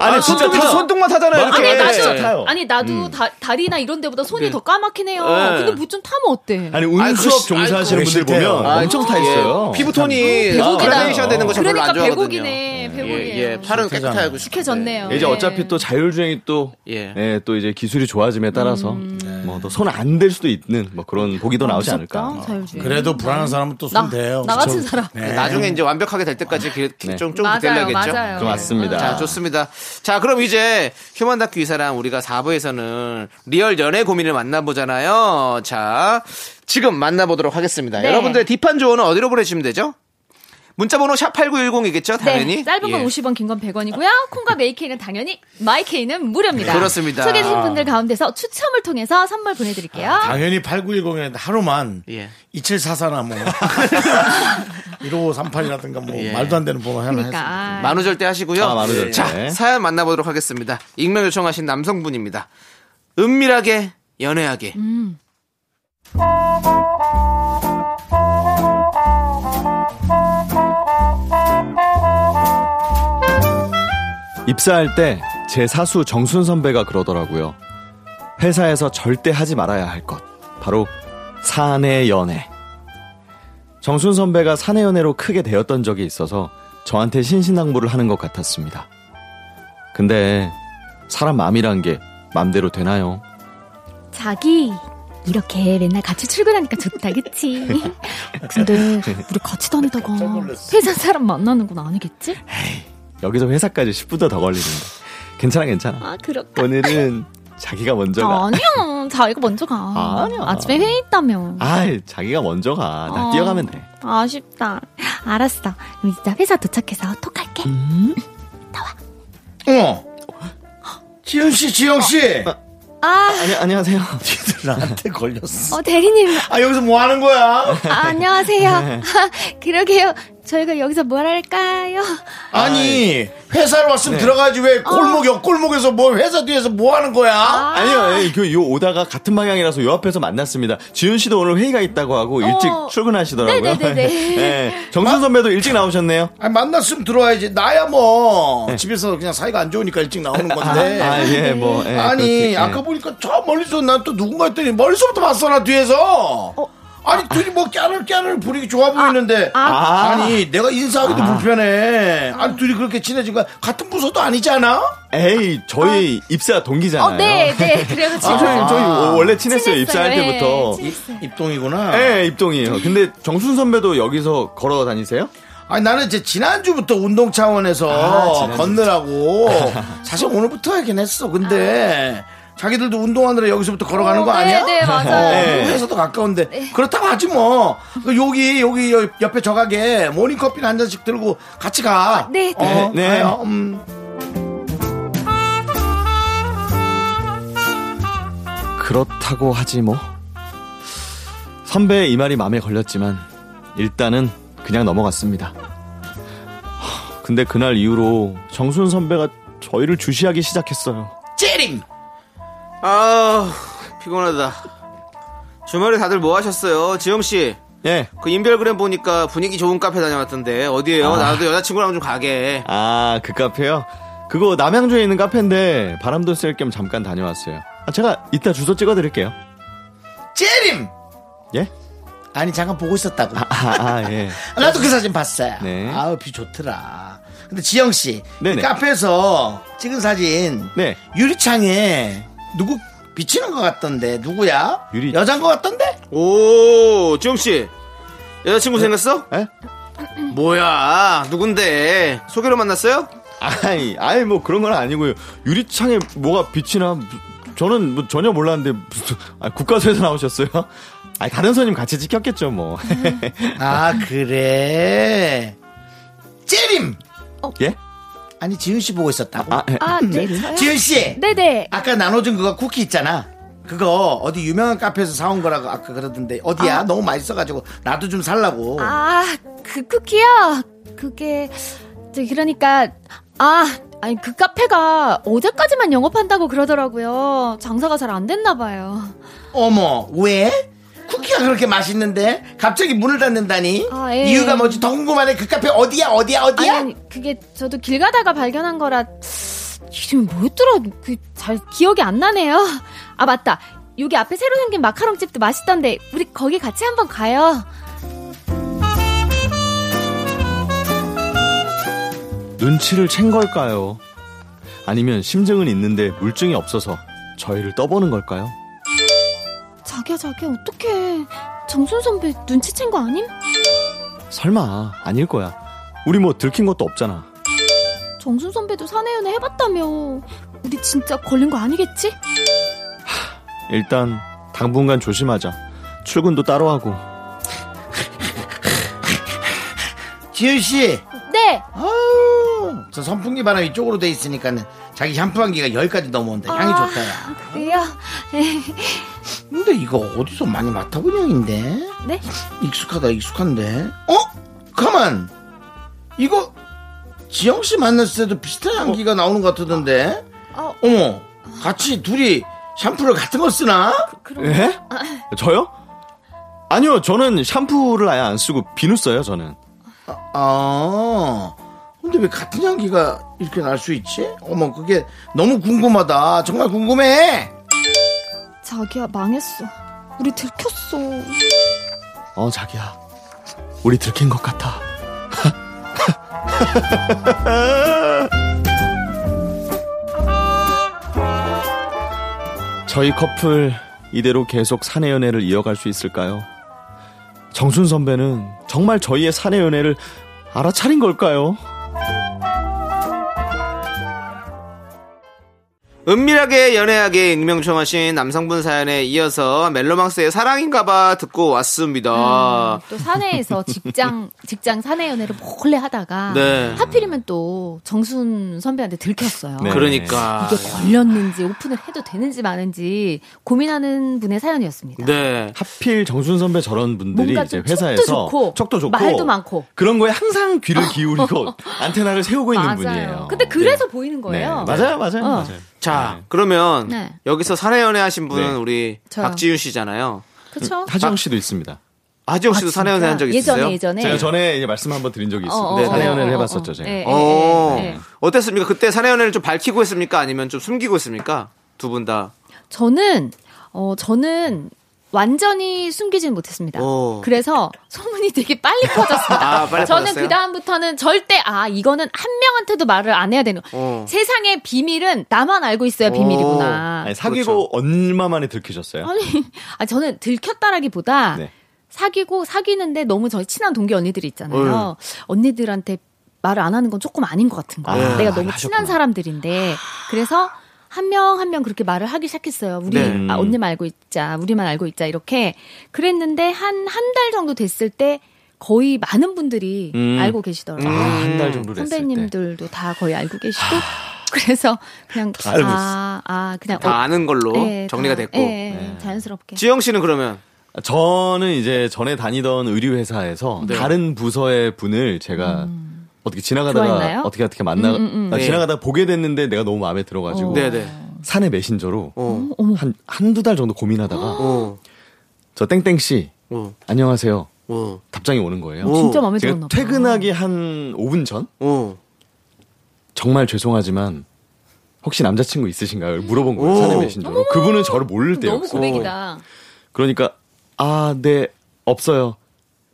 Speaker 5: 아니 진짜
Speaker 2: 손등에서-
Speaker 5: 다 손등만 타잖아요
Speaker 2: 네. 아니,
Speaker 5: 이렇게
Speaker 6: 아니
Speaker 2: 나도-
Speaker 5: 진짜 타요.
Speaker 6: 나도 아니 나도 다, 다리나 이런 데보다 손이
Speaker 2: 네.
Speaker 6: 더 까맣긴 해요.
Speaker 2: 네.
Speaker 6: 근데 뭐 좀 타면 어때?
Speaker 5: 아니
Speaker 2: 아니, 그
Speaker 5: 운 수업
Speaker 2: 시-
Speaker 5: 종사하시는
Speaker 1: 아이고,
Speaker 5: 분들
Speaker 1: 싫대요.
Speaker 5: 보면
Speaker 2: 아,
Speaker 5: 엄청 타 있어요.
Speaker 2: 피부톤이
Speaker 6: 아, 배고기다.
Speaker 2: 그라데이션 되는 거 저 별로
Speaker 6: 그러니까
Speaker 2: 안 좋아하거든요.
Speaker 6: 배고기네, 배고기예요.
Speaker 2: 예, 예, 팔은 깨끗하고
Speaker 6: 익숙해졌네요.
Speaker 5: 이제
Speaker 6: 네.
Speaker 5: 어차피 또 자율주행이 또
Speaker 2: 예.
Speaker 5: 예. 또 이제 기술이 좋아짐에 따라서 뭐 또 손 안 댈 수도 있는 뭐 그런 보기도 나오지 않을까.
Speaker 6: 자율주의.
Speaker 1: 그래도 불안한 사람은 또
Speaker 6: 나,
Speaker 1: 손 대요. 네.
Speaker 6: 나 같은 사람.
Speaker 2: 나중에 이제 완벽하게 될 때까지 기- 기-
Speaker 5: 네.
Speaker 2: 좀, 좀
Speaker 6: 맞아요,
Speaker 2: 기다려야겠죠.
Speaker 6: 맞아요.
Speaker 5: 그 맞습니다.
Speaker 2: 자, 좋습니다. 자, 그럼 이제 휴먼 다큐 이 사람 우리가 4부에서는 리얼 연애 고민을 만나보잖아요. 자, 지금 만나보도록 하겠습니다.
Speaker 6: 네.
Speaker 2: 여러분들의 딥한 조언은 어디로 보내주시면 되죠? 문자번호 샵8910이겠죠, 당연히?
Speaker 6: 네, 짧은 건
Speaker 2: 예.
Speaker 6: 50원, 긴 건 100원이고요. 콩과 메이케이는 당연히 마이케이는 무료입니다.
Speaker 2: 그렇습니다.
Speaker 6: 소개해주신 분들 가운데서 추첨을 통해서 선물 보내드릴게요.
Speaker 1: 아, 당연히 8910에 하루만
Speaker 2: 예.
Speaker 1: 2744나 뭐 1538이라든가 뭐
Speaker 2: 예.
Speaker 1: 말도 안 되는 번호 하나
Speaker 6: 그러니까
Speaker 1: 했습니다.
Speaker 6: 아,
Speaker 2: 만우절 때 하시고요.
Speaker 5: 아, 만우절 때.
Speaker 2: 자, 사연 만나보도록 하겠습니다. 익명 요청하신 남성분입니다. 은밀하게, 연애하게.
Speaker 6: 음.
Speaker 5: 입사할 때 제 사수 정순 선배가 그러더라고요. 회사에서 절대 하지 말아야 할 것. 바로 사내 연애. 정순 선배가 사내 연애로 크게 되었던 적이 있어서 저한테 신신당부를 하는 것 같았습니다. 근데 사람 마음이란 게 맘대로 되나요?
Speaker 6: 자기 이렇게 맨날 같이 출근하니까 좋다 그치?
Speaker 5: 네.
Speaker 6: 근데 우리 같이 다니다가 회사 사람 만나는 건 아니겠지?
Speaker 5: 여기서 회사까지 10분도 더 걸리는데. 괜찮아, 괜찮아. 어.
Speaker 6: 아 그럴까?
Speaker 5: 오늘은 자기가 먼저 가.
Speaker 6: 아니야 자기가 먼저 가
Speaker 5: 아니야.
Speaker 6: 아침에 회의 있다며
Speaker 5: 아이, 자기가 먼저 가. 나
Speaker 6: 어.
Speaker 5: 뛰어가면 돼.
Speaker 6: 아쉽다 알았어 그럼 진짜 회사 도착해서 톡할게
Speaker 5: 음.
Speaker 1: 어머. 지윤 씨, 지영 씨.
Speaker 6: 아
Speaker 5: 아니, 안녕하세요.
Speaker 1: 니들 나한테 걸렸어.
Speaker 6: 어, 대리님
Speaker 1: 아, 여기서 뭐 하는 거야?
Speaker 5: 네.
Speaker 6: 아, 안녕하세요 아, 그러게요 저희가 여기서 뭘 할까요?
Speaker 1: 아니, 회사를
Speaker 5: 네.
Speaker 1: 왔으면 들어가지 왜 골목, 옆 골목에서 뭐 회사 뒤에서 뭐 하는 거야?
Speaker 5: 아니요, 예, 그, 요 오다가 같은 방향이라서 요 앞에서 만났습니다. 지윤 씨도 오늘 회의가 있다고 하고 일찍 출근하시더라고요.
Speaker 6: 어. 네네네네.
Speaker 5: 예, 정순 선배도 일찍 나오셨네요.
Speaker 1: 아니, 만났으면 들어와야지. 나야 뭐. 집에서 그냥 사이가 안 좋으니까 일찍 나오는 건데.
Speaker 5: 네. 아, 예, 뭐. 예,
Speaker 1: 네. 아니
Speaker 5: 그렇게, 예.
Speaker 1: 아까 보니까 저 멀리서 난 또 누군가 했더니 멀리서부터 봤어 나 뒤에서 아니 둘이 뭐 깨를 깨를 부리기 좋아 보이는데
Speaker 5: 어. 아.
Speaker 1: 아, 니 내가 인사하기도 불편해 아니 둘이 그렇게 친해진 거야 같은 부서도 아니잖아
Speaker 5: 예. 에이, 저희 입사 동기잖아요.
Speaker 6: 어네네 그래가지고
Speaker 5: 아, 저희, 저희 원래 친했어요,
Speaker 6: 친했어요,
Speaker 5: 입사할
Speaker 6: 예.
Speaker 5: 때부터.
Speaker 6: 친-
Speaker 1: 입동이구나
Speaker 5: 예, 입동이에요. 근데 정순 선배도 여기서 걸어 다니세요?
Speaker 1: 아니 나는 이제 지난주부터 운동 차원에서
Speaker 5: 아, 지난주부터.
Speaker 1: 걷느라고 사실 오늘부터 하긴 했어 근데 자기들도 운동하느라 여기서부터 걸어가는
Speaker 6: 아. 어,
Speaker 1: 거
Speaker 6: 네,
Speaker 1: 아니야?
Speaker 6: 네, 맞아요. 네.
Speaker 1: 어, 회사도 가까운데 그렇다고 하지 뭐 그 여기 여기 여- 옆에 저 가게 모닝커피 한 잔씩 들고 같이 가.
Speaker 6: 네, 네.
Speaker 1: 어,
Speaker 5: 네.
Speaker 1: 가요. 음.
Speaker 5: 그렇다고 하지 뭐. 선배의 이 말이 마음에 걸렸지만 일단은 그냥 넘어갔습니다. 하, 근데 그날 이후로 정순 선배가 저희를 주시하기 시작했어요.
Speaker 1: 찌링.
Speaker 2: 아 피곤하다. 주말에 다들 뭐 하셨어요? 지영 씨.
Speaker 5: 예.
Speaker 2: 그 인별그램 보니까 분위기 좋은 카페 다녀왔던데 어디에요? 나도 여자친구랑 좀 가게.
Speaker 5: 아, 그 카페요? 그거 남양주에 있는 카페인데 바람도 쐴 겸 잠깐 다녀왔어요. 아, 제가 이따 주소 찍어 드릴게요.
Speaker 1: 찌림.
Speaker 5: 예?
Speaker 1: 아니 잠깐 보고 있었다고.
Speaker 5: 아, 아, 예.
Speaker 1: 나도 그 사진 봤어요.
Speaker 5: 네.
Speaker 1: 아우 뷰 좋더라. 근데 지영 씨그
Speaker 5: 네네.
Speaker 1: 카페에서 찍은 사진
Speaker 5: 네.
Speaker 1: 유리창에 누구 비치는 것 같던데 누구야?
Speaker 5: 유리-
Speaker 1: 여잔 것 같던데?
Speaker 2: 오 지영 씨 여자친구 생겼어?
Speaker 5: 예?
Speaker 2: 네? 뭐야 누군데 소개로 만났어요?
Speaker 5: 아이, 아이 뭐 그런 건 아니고요. 유리창에 뭐가 빛이나 저는 뭐 전혀 몰랐는데 무슨 아, 국가수에서 나오셨어요? 아니 다른 손님 같이 찍혔겠죠 뭐.
Speaker 6: 음.
Speaker 1: 아 그래. 찌림.
Speaker 6: 어.
Speaker 5: 예?
Speaker 1: 아니 지윤 씨 보고 있었다고.
Speaker 5: 아, 예.
Speaker 6: 아, 네, 저요?
Speaker 1: 지윤 씨.
Speaker 6: 네네.
Speaker 1: 아까 나눠준 그거 쿠키 있잖아. 그거 어디 유명한 카페에서 사온 거라고 아까 그러던데 어디야? 너무 맛있어가지고 나도 좀 살라고.
Speaker 6: 아, 그 쿠키요? 그게, 저 그러니까, 아, 아니, 그 카페가 어제까지만 영업한다고 그러더라고요. 장사가 잘 안 됐나봐요.
Speaker 1: 어머 왜? 쿠키가 그렇게 맛있는데 갑자기 문을 닫는다니?
Speaker 6: 아, 예.
Speaker 1: 이유가 뭐지? 더 궁금하네. 그 카페 어디야? 어디야?
Speaker 6: 아니,
Speaker 1: 어디야?
Speaker 6: 아니, 그게 저도 길 가다가 발견한 거라, 이름이 뭐였더라? 그 잘 기억이 안 나네요. 아, 맞다. 여기 앞에 새로 생긴 마카롱집도 맛있던데, 우리 거기 같이 한번 가요.
Speaker 5: 눈치를 챈 걸까요? 아니면 심증은 있는데 물증이 없어서 저희를 떠보는 걸까요?
Speaker 6: 자기야, 자기야, 어떡해. 정순 선배 눈치챈 거 아님?
Speaker 5: 설마 아닐 거야. 우리 뭐 들킨 것도 없잖아.
Speaker 6: 정순 선배도 사내연애 해봤다며. 우리 진짜 걸린 거 아니겠지?
Speaker 5: 일단 당분간 조심하자. 출근도 따로 하고.
Speaker 1: 지윤 씨.
Speaker 6: 네.
Speaker 1: 아우, 저 선풍기 바람 이쪽으로 돼 있으니까는 자기 샴푸한기가 여기까지 넘어온다. 향이
Speaker 6: 아.
Speaker 1: 좋다야.
Speaker 6: 그래요.
Speaker 1: 근데 이거 어디서 많이 맡아본 향인데?
Speaker 6: 네.
Speaker 1: 익숙하다, 익숙한데. 어? 가만. 이거 지영 씨 만났을 때도 비슷한 향기가 나오는 것 같던데.
Speaker 6: 어. 아,
Speaker 1: 어머, 같이 둘이 샴푸를 같은 거 쓰나?
Speaker 6: 그럼. 아.
Speaker 5: 예? 저요? 아니요, 저는 샴푸를 아예 안 쓰고 비누 써요, 저는.
Speaker 1: 아, 근데 왜 같은 향기가 이렇게 날 수 있지? 어머, 그게 너무 궁금하다. 정말 궁금해.
Speaker 6: 자기야 망했어. 우리 들켰어.
Speaker 5: 어 자기야 우리 들킨 것 같아 저희 커플 이대로 계속 사내 연애를 이어갈 수 있을까요? 정순 선배는 정말 저희의 사내 연애를 알아차린 걸까요?
Speaker 2: 은밀하게 연애하게 익명 요청하신 남성분 사연에 이어서 멜로망스의 사랑인가봐 듣고
Speaker 5: 아.
Speaker 2: 왔습니다.
Speaker 6: 또 사내에서 직장 직장 사내 연애를 몰래 하다가
Speaker 2: 네.
Speaker 6: 하필이면 또 정순 선배한테 들켰어요.
Speaker 5: 네.
Speaker 2: 그러니까.
Speaker 6: 이게 걸렸는지 오픈을 해도 되는지 마는지 고민하는 분의 사연이었습니다.
Speaker 2: 네.
Speaker 5: 하필 정순 선배 저런 분들이
Speaker 6: 뭔가
Speaker 5: 이제
Speaker 6: 좀
Speaker 5: 회사에서
Speaker 6: 촉도 좋고,
Speaker 5: 촉도 좋고
Speaker 6: 말도 많고.
Speaker 5: 그런 거에 항상 귀를 기울이고 안테나를 세우고 있는 분이에요.
Speaker 6: 근데 그래서 보이는
Speaker 5: 네. 네.
Speaker 6: 거예요.
Speaker 5: 맞아요, 맞아요,
Speaker 6: 어.
Speaker 5: 맞아요.
Speaker 2: 자, 그러면
Speaker 6: 네.
Speaker 2: 여기서 사내 연애하신 분은
Speaker 5: 네.
Speaker 2: 우리
Speaker 6: 저요.
Speaker 2: 박지윤 씨잖아요.
Speaker 6: 그렇죠.
Speaker 5: 음, 하지영 씨도 있습니다.
Speaker 2: 아지 혹시도 사내 연애한 적 있으세요?
Speaker 6: 예전에 예전에
Speaker 5: 제가 전에 이제 말씀 한번 드린 적이 있어요.
Speaker 6: 어,
Speaker 5: 네,
Speaker 6: 어,
Speaker 5: 사내
Speaker 6: 어,
Speaker 5: 연애를
Speaker 6: 어,
Speaker 5: 해봤었죠,
Speaker 6: 어,
Speaker 5: 제가.
Speaker 6: 예, 예,
Speaker 2: 어,
Speaker 6: 예.
Speaker 2: 어땠습니까? 그때 사내 연애를 좀 밝히고 했습니까? 아니면 좀 숨기고 했습니까? 두 분 다.
Speaker 6: 저는 어 저는 완전히 숨기진 못했습니다.
Speaker 2: 오.
Speaker 6: 그래서 소문이 되게 빨리 퍼졌습니다.
Speaker 2: 아, 빨리
Speaker 6: 저는
Speaker 2: 퍼졌어요?
Speaker 6: 그 다음부터는 절대 아 이거는 한 명한테도 말을 안 해야 되는.
Speaker 2: 어.
Speaker 6: 세상의 비밀은 나만 알고 있어야 비밀이구나.
Speaker 5: 아니, 사귀고 얼마 만에 들키셨어요?
Speaker 6: 아니, 아 저는 들켰다라기보다
Speaker 5: 네.
Speaker 6: 사귀고 사귀는데 너무 저희 친한 동기 언니들이 있잖아요. 언니들한테 말을 안 하는 건 조금 아닌 것 같은 거예요.
Speaker 5: 네. 아,
Speaker 6: 내가 너무
Speaker 5: 하셨구나.
Speaker 6: 친한 사람들인데 그래서 한 명 한 명 그렇게 말을 하기 시작했어요. 우리
Speaker 2: 네.
Speaker 6: 아, 언니만 알고 있자, 우리만 알고 있자 이렇게 그랬는데 한 한 달 정도 됐을 때 거의 많은 분들이
Speaker 5: 음.
Speaker 6: 알고 계시더라고요.
Speaker 5: 아, 한 달 정도 됐을 때.
Speaker 6: 선배님들도 다 거의 알고 계시고 그래서 그냥
Speaker 5: 알고
Speaker 6: 아, 아 그냥
Speaker 2: 다 아는 걸로
Speaker 6: 예,
Speaker 2: 정리가
Speaker 6: 다,
Speaker 2: 됐고.
Speaker 6: 예, 예,
Speaker 5: 네.
Speaker 6: 자연스럽게
Speaker 2: 지영 씨는 그러면
Speaker 5: 아, 저는 이제 전에 다니던 의류 회사에서
Speaker 2: 네.
Speaker 5: 다른 부서의 분을 제가 어떻게 지나가다가
Speaker 6: 음. 좋아했나요?
Speaker 5: 어떻게 어떻게 만나
Speaker 6: 음, 음, 음.
Speaker 5: 아,
Speaker 2: 네.
Speaker 5: 지나가다 보게 됐는데 내가 너무 마음에 들어가지고
Speaker 6: 어.
Speaker 2: 네네.
Speaker 5: 사내 메신저로
Speaker 2: 어.
Speaker 5: 한 한두 달 정도 고민하다가
Speaker 2: 어.
Speaker 5: 저 땡땡 씨
Speaker 2: 어.
Speaker 5: 안녕하세요
Speaker 2: 어.
Speaker 5: 답장이 오는 거예요.
Speaker 2: 어.
Speaker 6: 진짜 마음에 들었나 봐.
Speaker 5: 제가 퇴근하기 한 5분 전
Speaker 2: 어.
Speaker 5: 정말 죄송하지만 혹시 남자친구 있으신가요? 물어본
Speaker 2: 오.
Speaker 5: 거예요. 사내 메신저로. 그분은 저를 모를 때요.
Speaker 6: 너무 고백이다.
Speaker 5: 그러니까 아, 네. 없어요.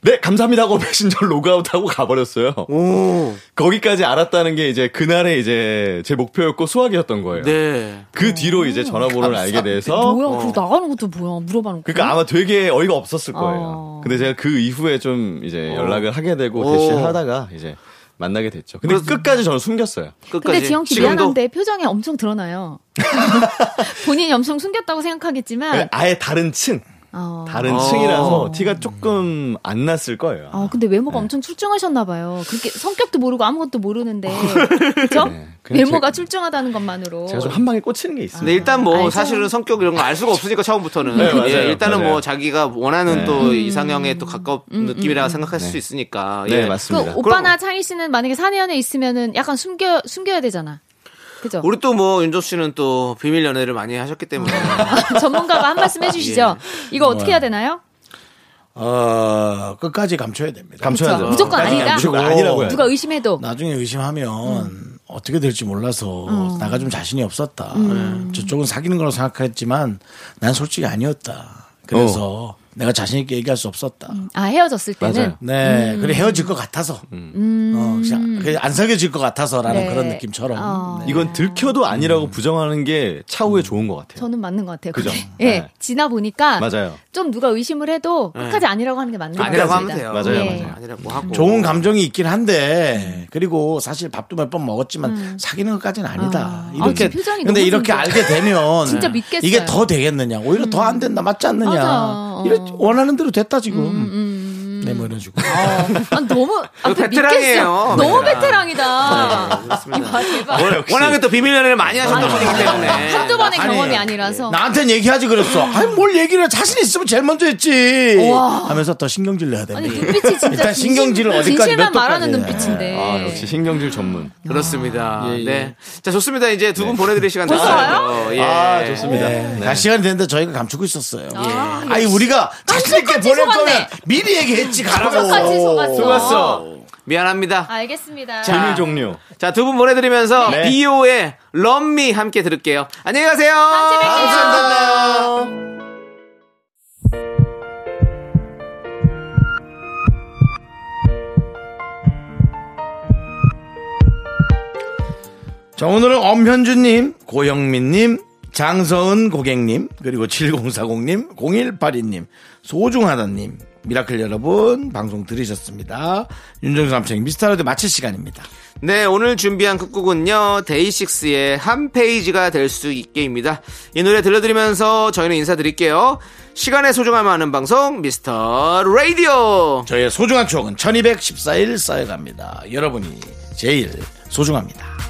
Speaker 5: 네, 감사합니다 하고 메신저 로그아웃하고 가버렸어요.
Speaker 2: 오.
Speaker 5: 거기까지 알았다는 게 이제 그날의 이제 제 목표였고 수학이었던 거예요.
Speaker 2: 네. 아,
Speaker 5: 그 뒤로 이제 전화번호를 알게 돼서
Speaker 6: 뭐야? 그리고 나가는 것도 뭐야? 물어봐는 거.
Speaker 5: 어. 그러니까 아마 되게 어이가 없었을
Speaker 6: 어.
Speaker 2: 아.
Speaker 5: 거예요. 근데 제가 그 이후에 좀 이제 연락을 하게 되고
Speaker 2: 어.
Speaker 5: 대시하다가 이제 만나게 됐죠. 근데
Speaker 2: 그래서-
Speaker 5: 끝까지 저는 숨겼어요.
Speaker 2: 끝까지.
Speaker 6: 근데 지영 씨
Speaker 2: 지금도-
Speaker 6: 미안한데 표정이 엄청 드러나요. 본인이 엄청 숨겼다고 생각하겠지만,
Speaker 5: 아예 다른 층,
Speaker 6: 어,
Speaker 5: 네. 다른
Speaker 2: 어.
Speaker 1: 아.
Speaker 5: 층이라서 티가 조금 안 났을 거예요.
Speaker 6: 어, 근데 외모가
Speaker 5: 네.
Speaker 6: 엄청 출중하셨나 봐요. 그렇게 성격도 모르고 아무것도 모르는데, 그죠?
Speaker 5: 어. 네, 그냥
Speaker 6: 외모가
Speaker 5: 제-
Speaker 6: 출중하다는 것만으로.
Speaker 5: 제가 좀 한 방에 꽂히는 게 있어요.
Speaker 1: 네,
Speaker 2: 근데 일단 뭐
Speaker 6: 알죠.
Speaker 2: 사실은 성격 이런 거 알 수가 없으니까 처음부터는
Speaker 5: 네, 맞아요.
Speaker 2: 예, 일단은
Speaker 5: 맞아요.
Speaker 2: 뭐 자기가 원하는
Speaker 5: 네.
Speaker 6: 음.
Speaker 2: 또 이상형에 또 가까운 느낌이라 생각할 수 있으니까 예.
Speaker 5: 네,
Speaker 6: 그
Speaker 5: 맞습니다.
Speaker 6: 오빠나 창희 씨는 만약에 사내연애 있으면은 약간 숨겨 숨겨야 되잖아. 그죠?
Speaker 2: 우리 또 뭐 윤조 씨는 또 비밀 연애를 많이 하셨기 때문에
Speaker 6: 네. 전문가가 한 말씀 해주시죠.
Speaker 5: 예.
Speaker 6: 이거 어떻게 해야 되나요?
Speaker 1: 어, 끝까지 감춰야 됩니다.
Speaker 5: 감춰야 돼요.
Speaker 6: 무조건
Speaker 5: 나중에
Speaker 6: 아니다.
Speaker 5: 무조건 아니라고 해요.
Speaker 6: 어, 누가 음. 의심해도
Speaker 1: 나중에 의심하면 어떻게 될지 몰라서
Speaker 6: 음.
Speaker 1: 나가 좀 자신이 없었다. 네. 저쪽은 사귀는 걸로 생각했지만 난 솔직히 아니었다. 그래서
Speaker 5: 어.
Speaker 1: 내가 자신 있게 얘기할 수 없었다.
Speaker 6: 아 헤어졌을 때는
Speaker 5: 맞아요.
Speaker 1: 네,
Speaker 6: 음.
Speaker 1: 그래 헤어질 것 같아서,
Speaker 5: 음.
Speaker 1: 어, 그냥 그냥 안 사귀어질 것 같아서라는
Speaker 6: 네.
Speaker 1: 그런 느낌처럼.
Speaker 6: 어.
Speaker 1: 네.
Speaker 5: 이건 들켜도 아니라고
Speaker 1: 음.
Speaker 5: 부정하는 게 차후에 좋은 것 같아요.
Speaker 6: 저는 맞는 것 같아요.
Speaker 5: 그죠?
Speaker 6: 그게. 예,
Speaker 5: 네.
Speaker 6: 지나 보니까
Speaker 5: 맞아요.
Speaker 6: 좀 누가 의심을 해도 끝까지 아니라고 하는 게 맞는 것 같아요.
Speaker 2: 네. 아니라고 하면 돼요.
Speaker 5: 맞아요,
Speaker 6: 예.
Speaker 5: 맞아요.
Speaker 2: 아니라고 하고
Speaker 1: 좋은 감정이 있긴 한데 그리고 사실 밥도 몇 번 먹었지만 사귀는 것까지는 아니다.
Speaker 6: 음. 아,
Speaker 1: 이렇게
Speaker 6: 아, 제 표정이
Speaker 1: 근데
Speaker 6: 너무
Speaker 1: 이렇게
Speaker 6: 궁금해.
Speaker 1: 알게 되면
Speaker 6: 진짜 믿겠어요.
Speaker 1: 이게 더 되겠느냐? 오히려 더 안 된다. 맞지 않느냐?
Speaker 6: 맞아요. 어. 음,
Speaker 1: 이래 원하는 대로 됐다 지금. 네, 뭐 이런 식으로.
Speaker 6: 아, 너무 아,
Speaker 2: 베테랑이에요,
Speaker 6: 믿겠어요. 너무
Speaker 2: 베테랑.
Speaker 6: 베테랑이다. 아,
Speaker 2: 네, 그렇습니다.
Speaker 6: 이봐, 대박. 아,
Speaker 2: 월- 워낙에 또 비밀 연애를 많이 하셨던 분이기 때문에 네.
Speaker 6: 한두 번의
Speaker 1: 아니,
Speaker 6: 경험이 아니라서.
Speaker 1: 나한테는 얘기하지 그랬어. 아니 뭘 얘기를 해. 자신 있으면 제일 먼저 했지.
Speaker 6: 음. 우와.
Speaker 1: 하면서 더 신경질 내야 됩니다.
Speaker 6: 아니 눈빛이 진짜
Speaker 1: 일단
Speaker 6: 진심-
Speaker 1: 신경질을 어디까지
Speaker 6: 진실만
Speaker 1: 몇
Speaker 6: 말하는
Speaker 1: 도까지.
Speaker 6: 눈빛인데.
Speaker 5: 아, 역시 신경질 전문.
Speaker 2: 그렇습니다.
Speaker 5: 예, 예.
Speaker 2: 네. 자, 좋습니다. 이제 두 분 보내드릴 시간
Speaker 6: 벌써
Speaker 2: 됐어요. 예.
Speaker 5: 아, 좋습니다.
Speaker 1: 네.
Speaker 5: 네.
Speaker 1: 다 시간이 됐는데 저희가 감추고 있었어요.
Speaker 6: 아,
Speaker 1: 아니 우리가 자신 있게
Speaker 6: 깜짝같이
Speaker 1: 보낼
Speaker 6: 속았네.
Speaker 1: 거면 미리 얘기했지 가라고.
Speaker 6: 깜짝같이 속았어. 속았어. 아.
Speaker 2: 미안합니다.
Speaker 6: 알겠습니다.
Speaker 2: 자,
Speaker 5: 비밀 아. 종료.
Speaker 2: 자, 두 분 보내드리면서 E
Speaker 5: 네.
Speaker 2: 비오의 럼미 함께 들을게요. 안녕히 가세요. 아,
Speaker 6: 다음 주에 뵐게요.
Speaker 2: 감사합니다.
Speaker 1: 자, 오늘은 엄현주님, 고영민님, 장서은 고객님, 그리고 7040님, 0182님, 소중하다님, 미라클 여러분, 방송 들으셨습니다. 윤정수 남창 미스터라디오 마칠 시간입니다.
Speaker 2: 네, 오늘 준비한 끝곡은요, 데이식스의 한 페이지가 될 수 있게입니다. 이 노래 들려드리면서 저희는 인사드릴게요. 시간의 소중함 아는 방송, 미스터 라디오!
Speaker 1: 저의 소중한 추억은 1214일 쌓여갑니다. 여러분이 제일 소중합니다.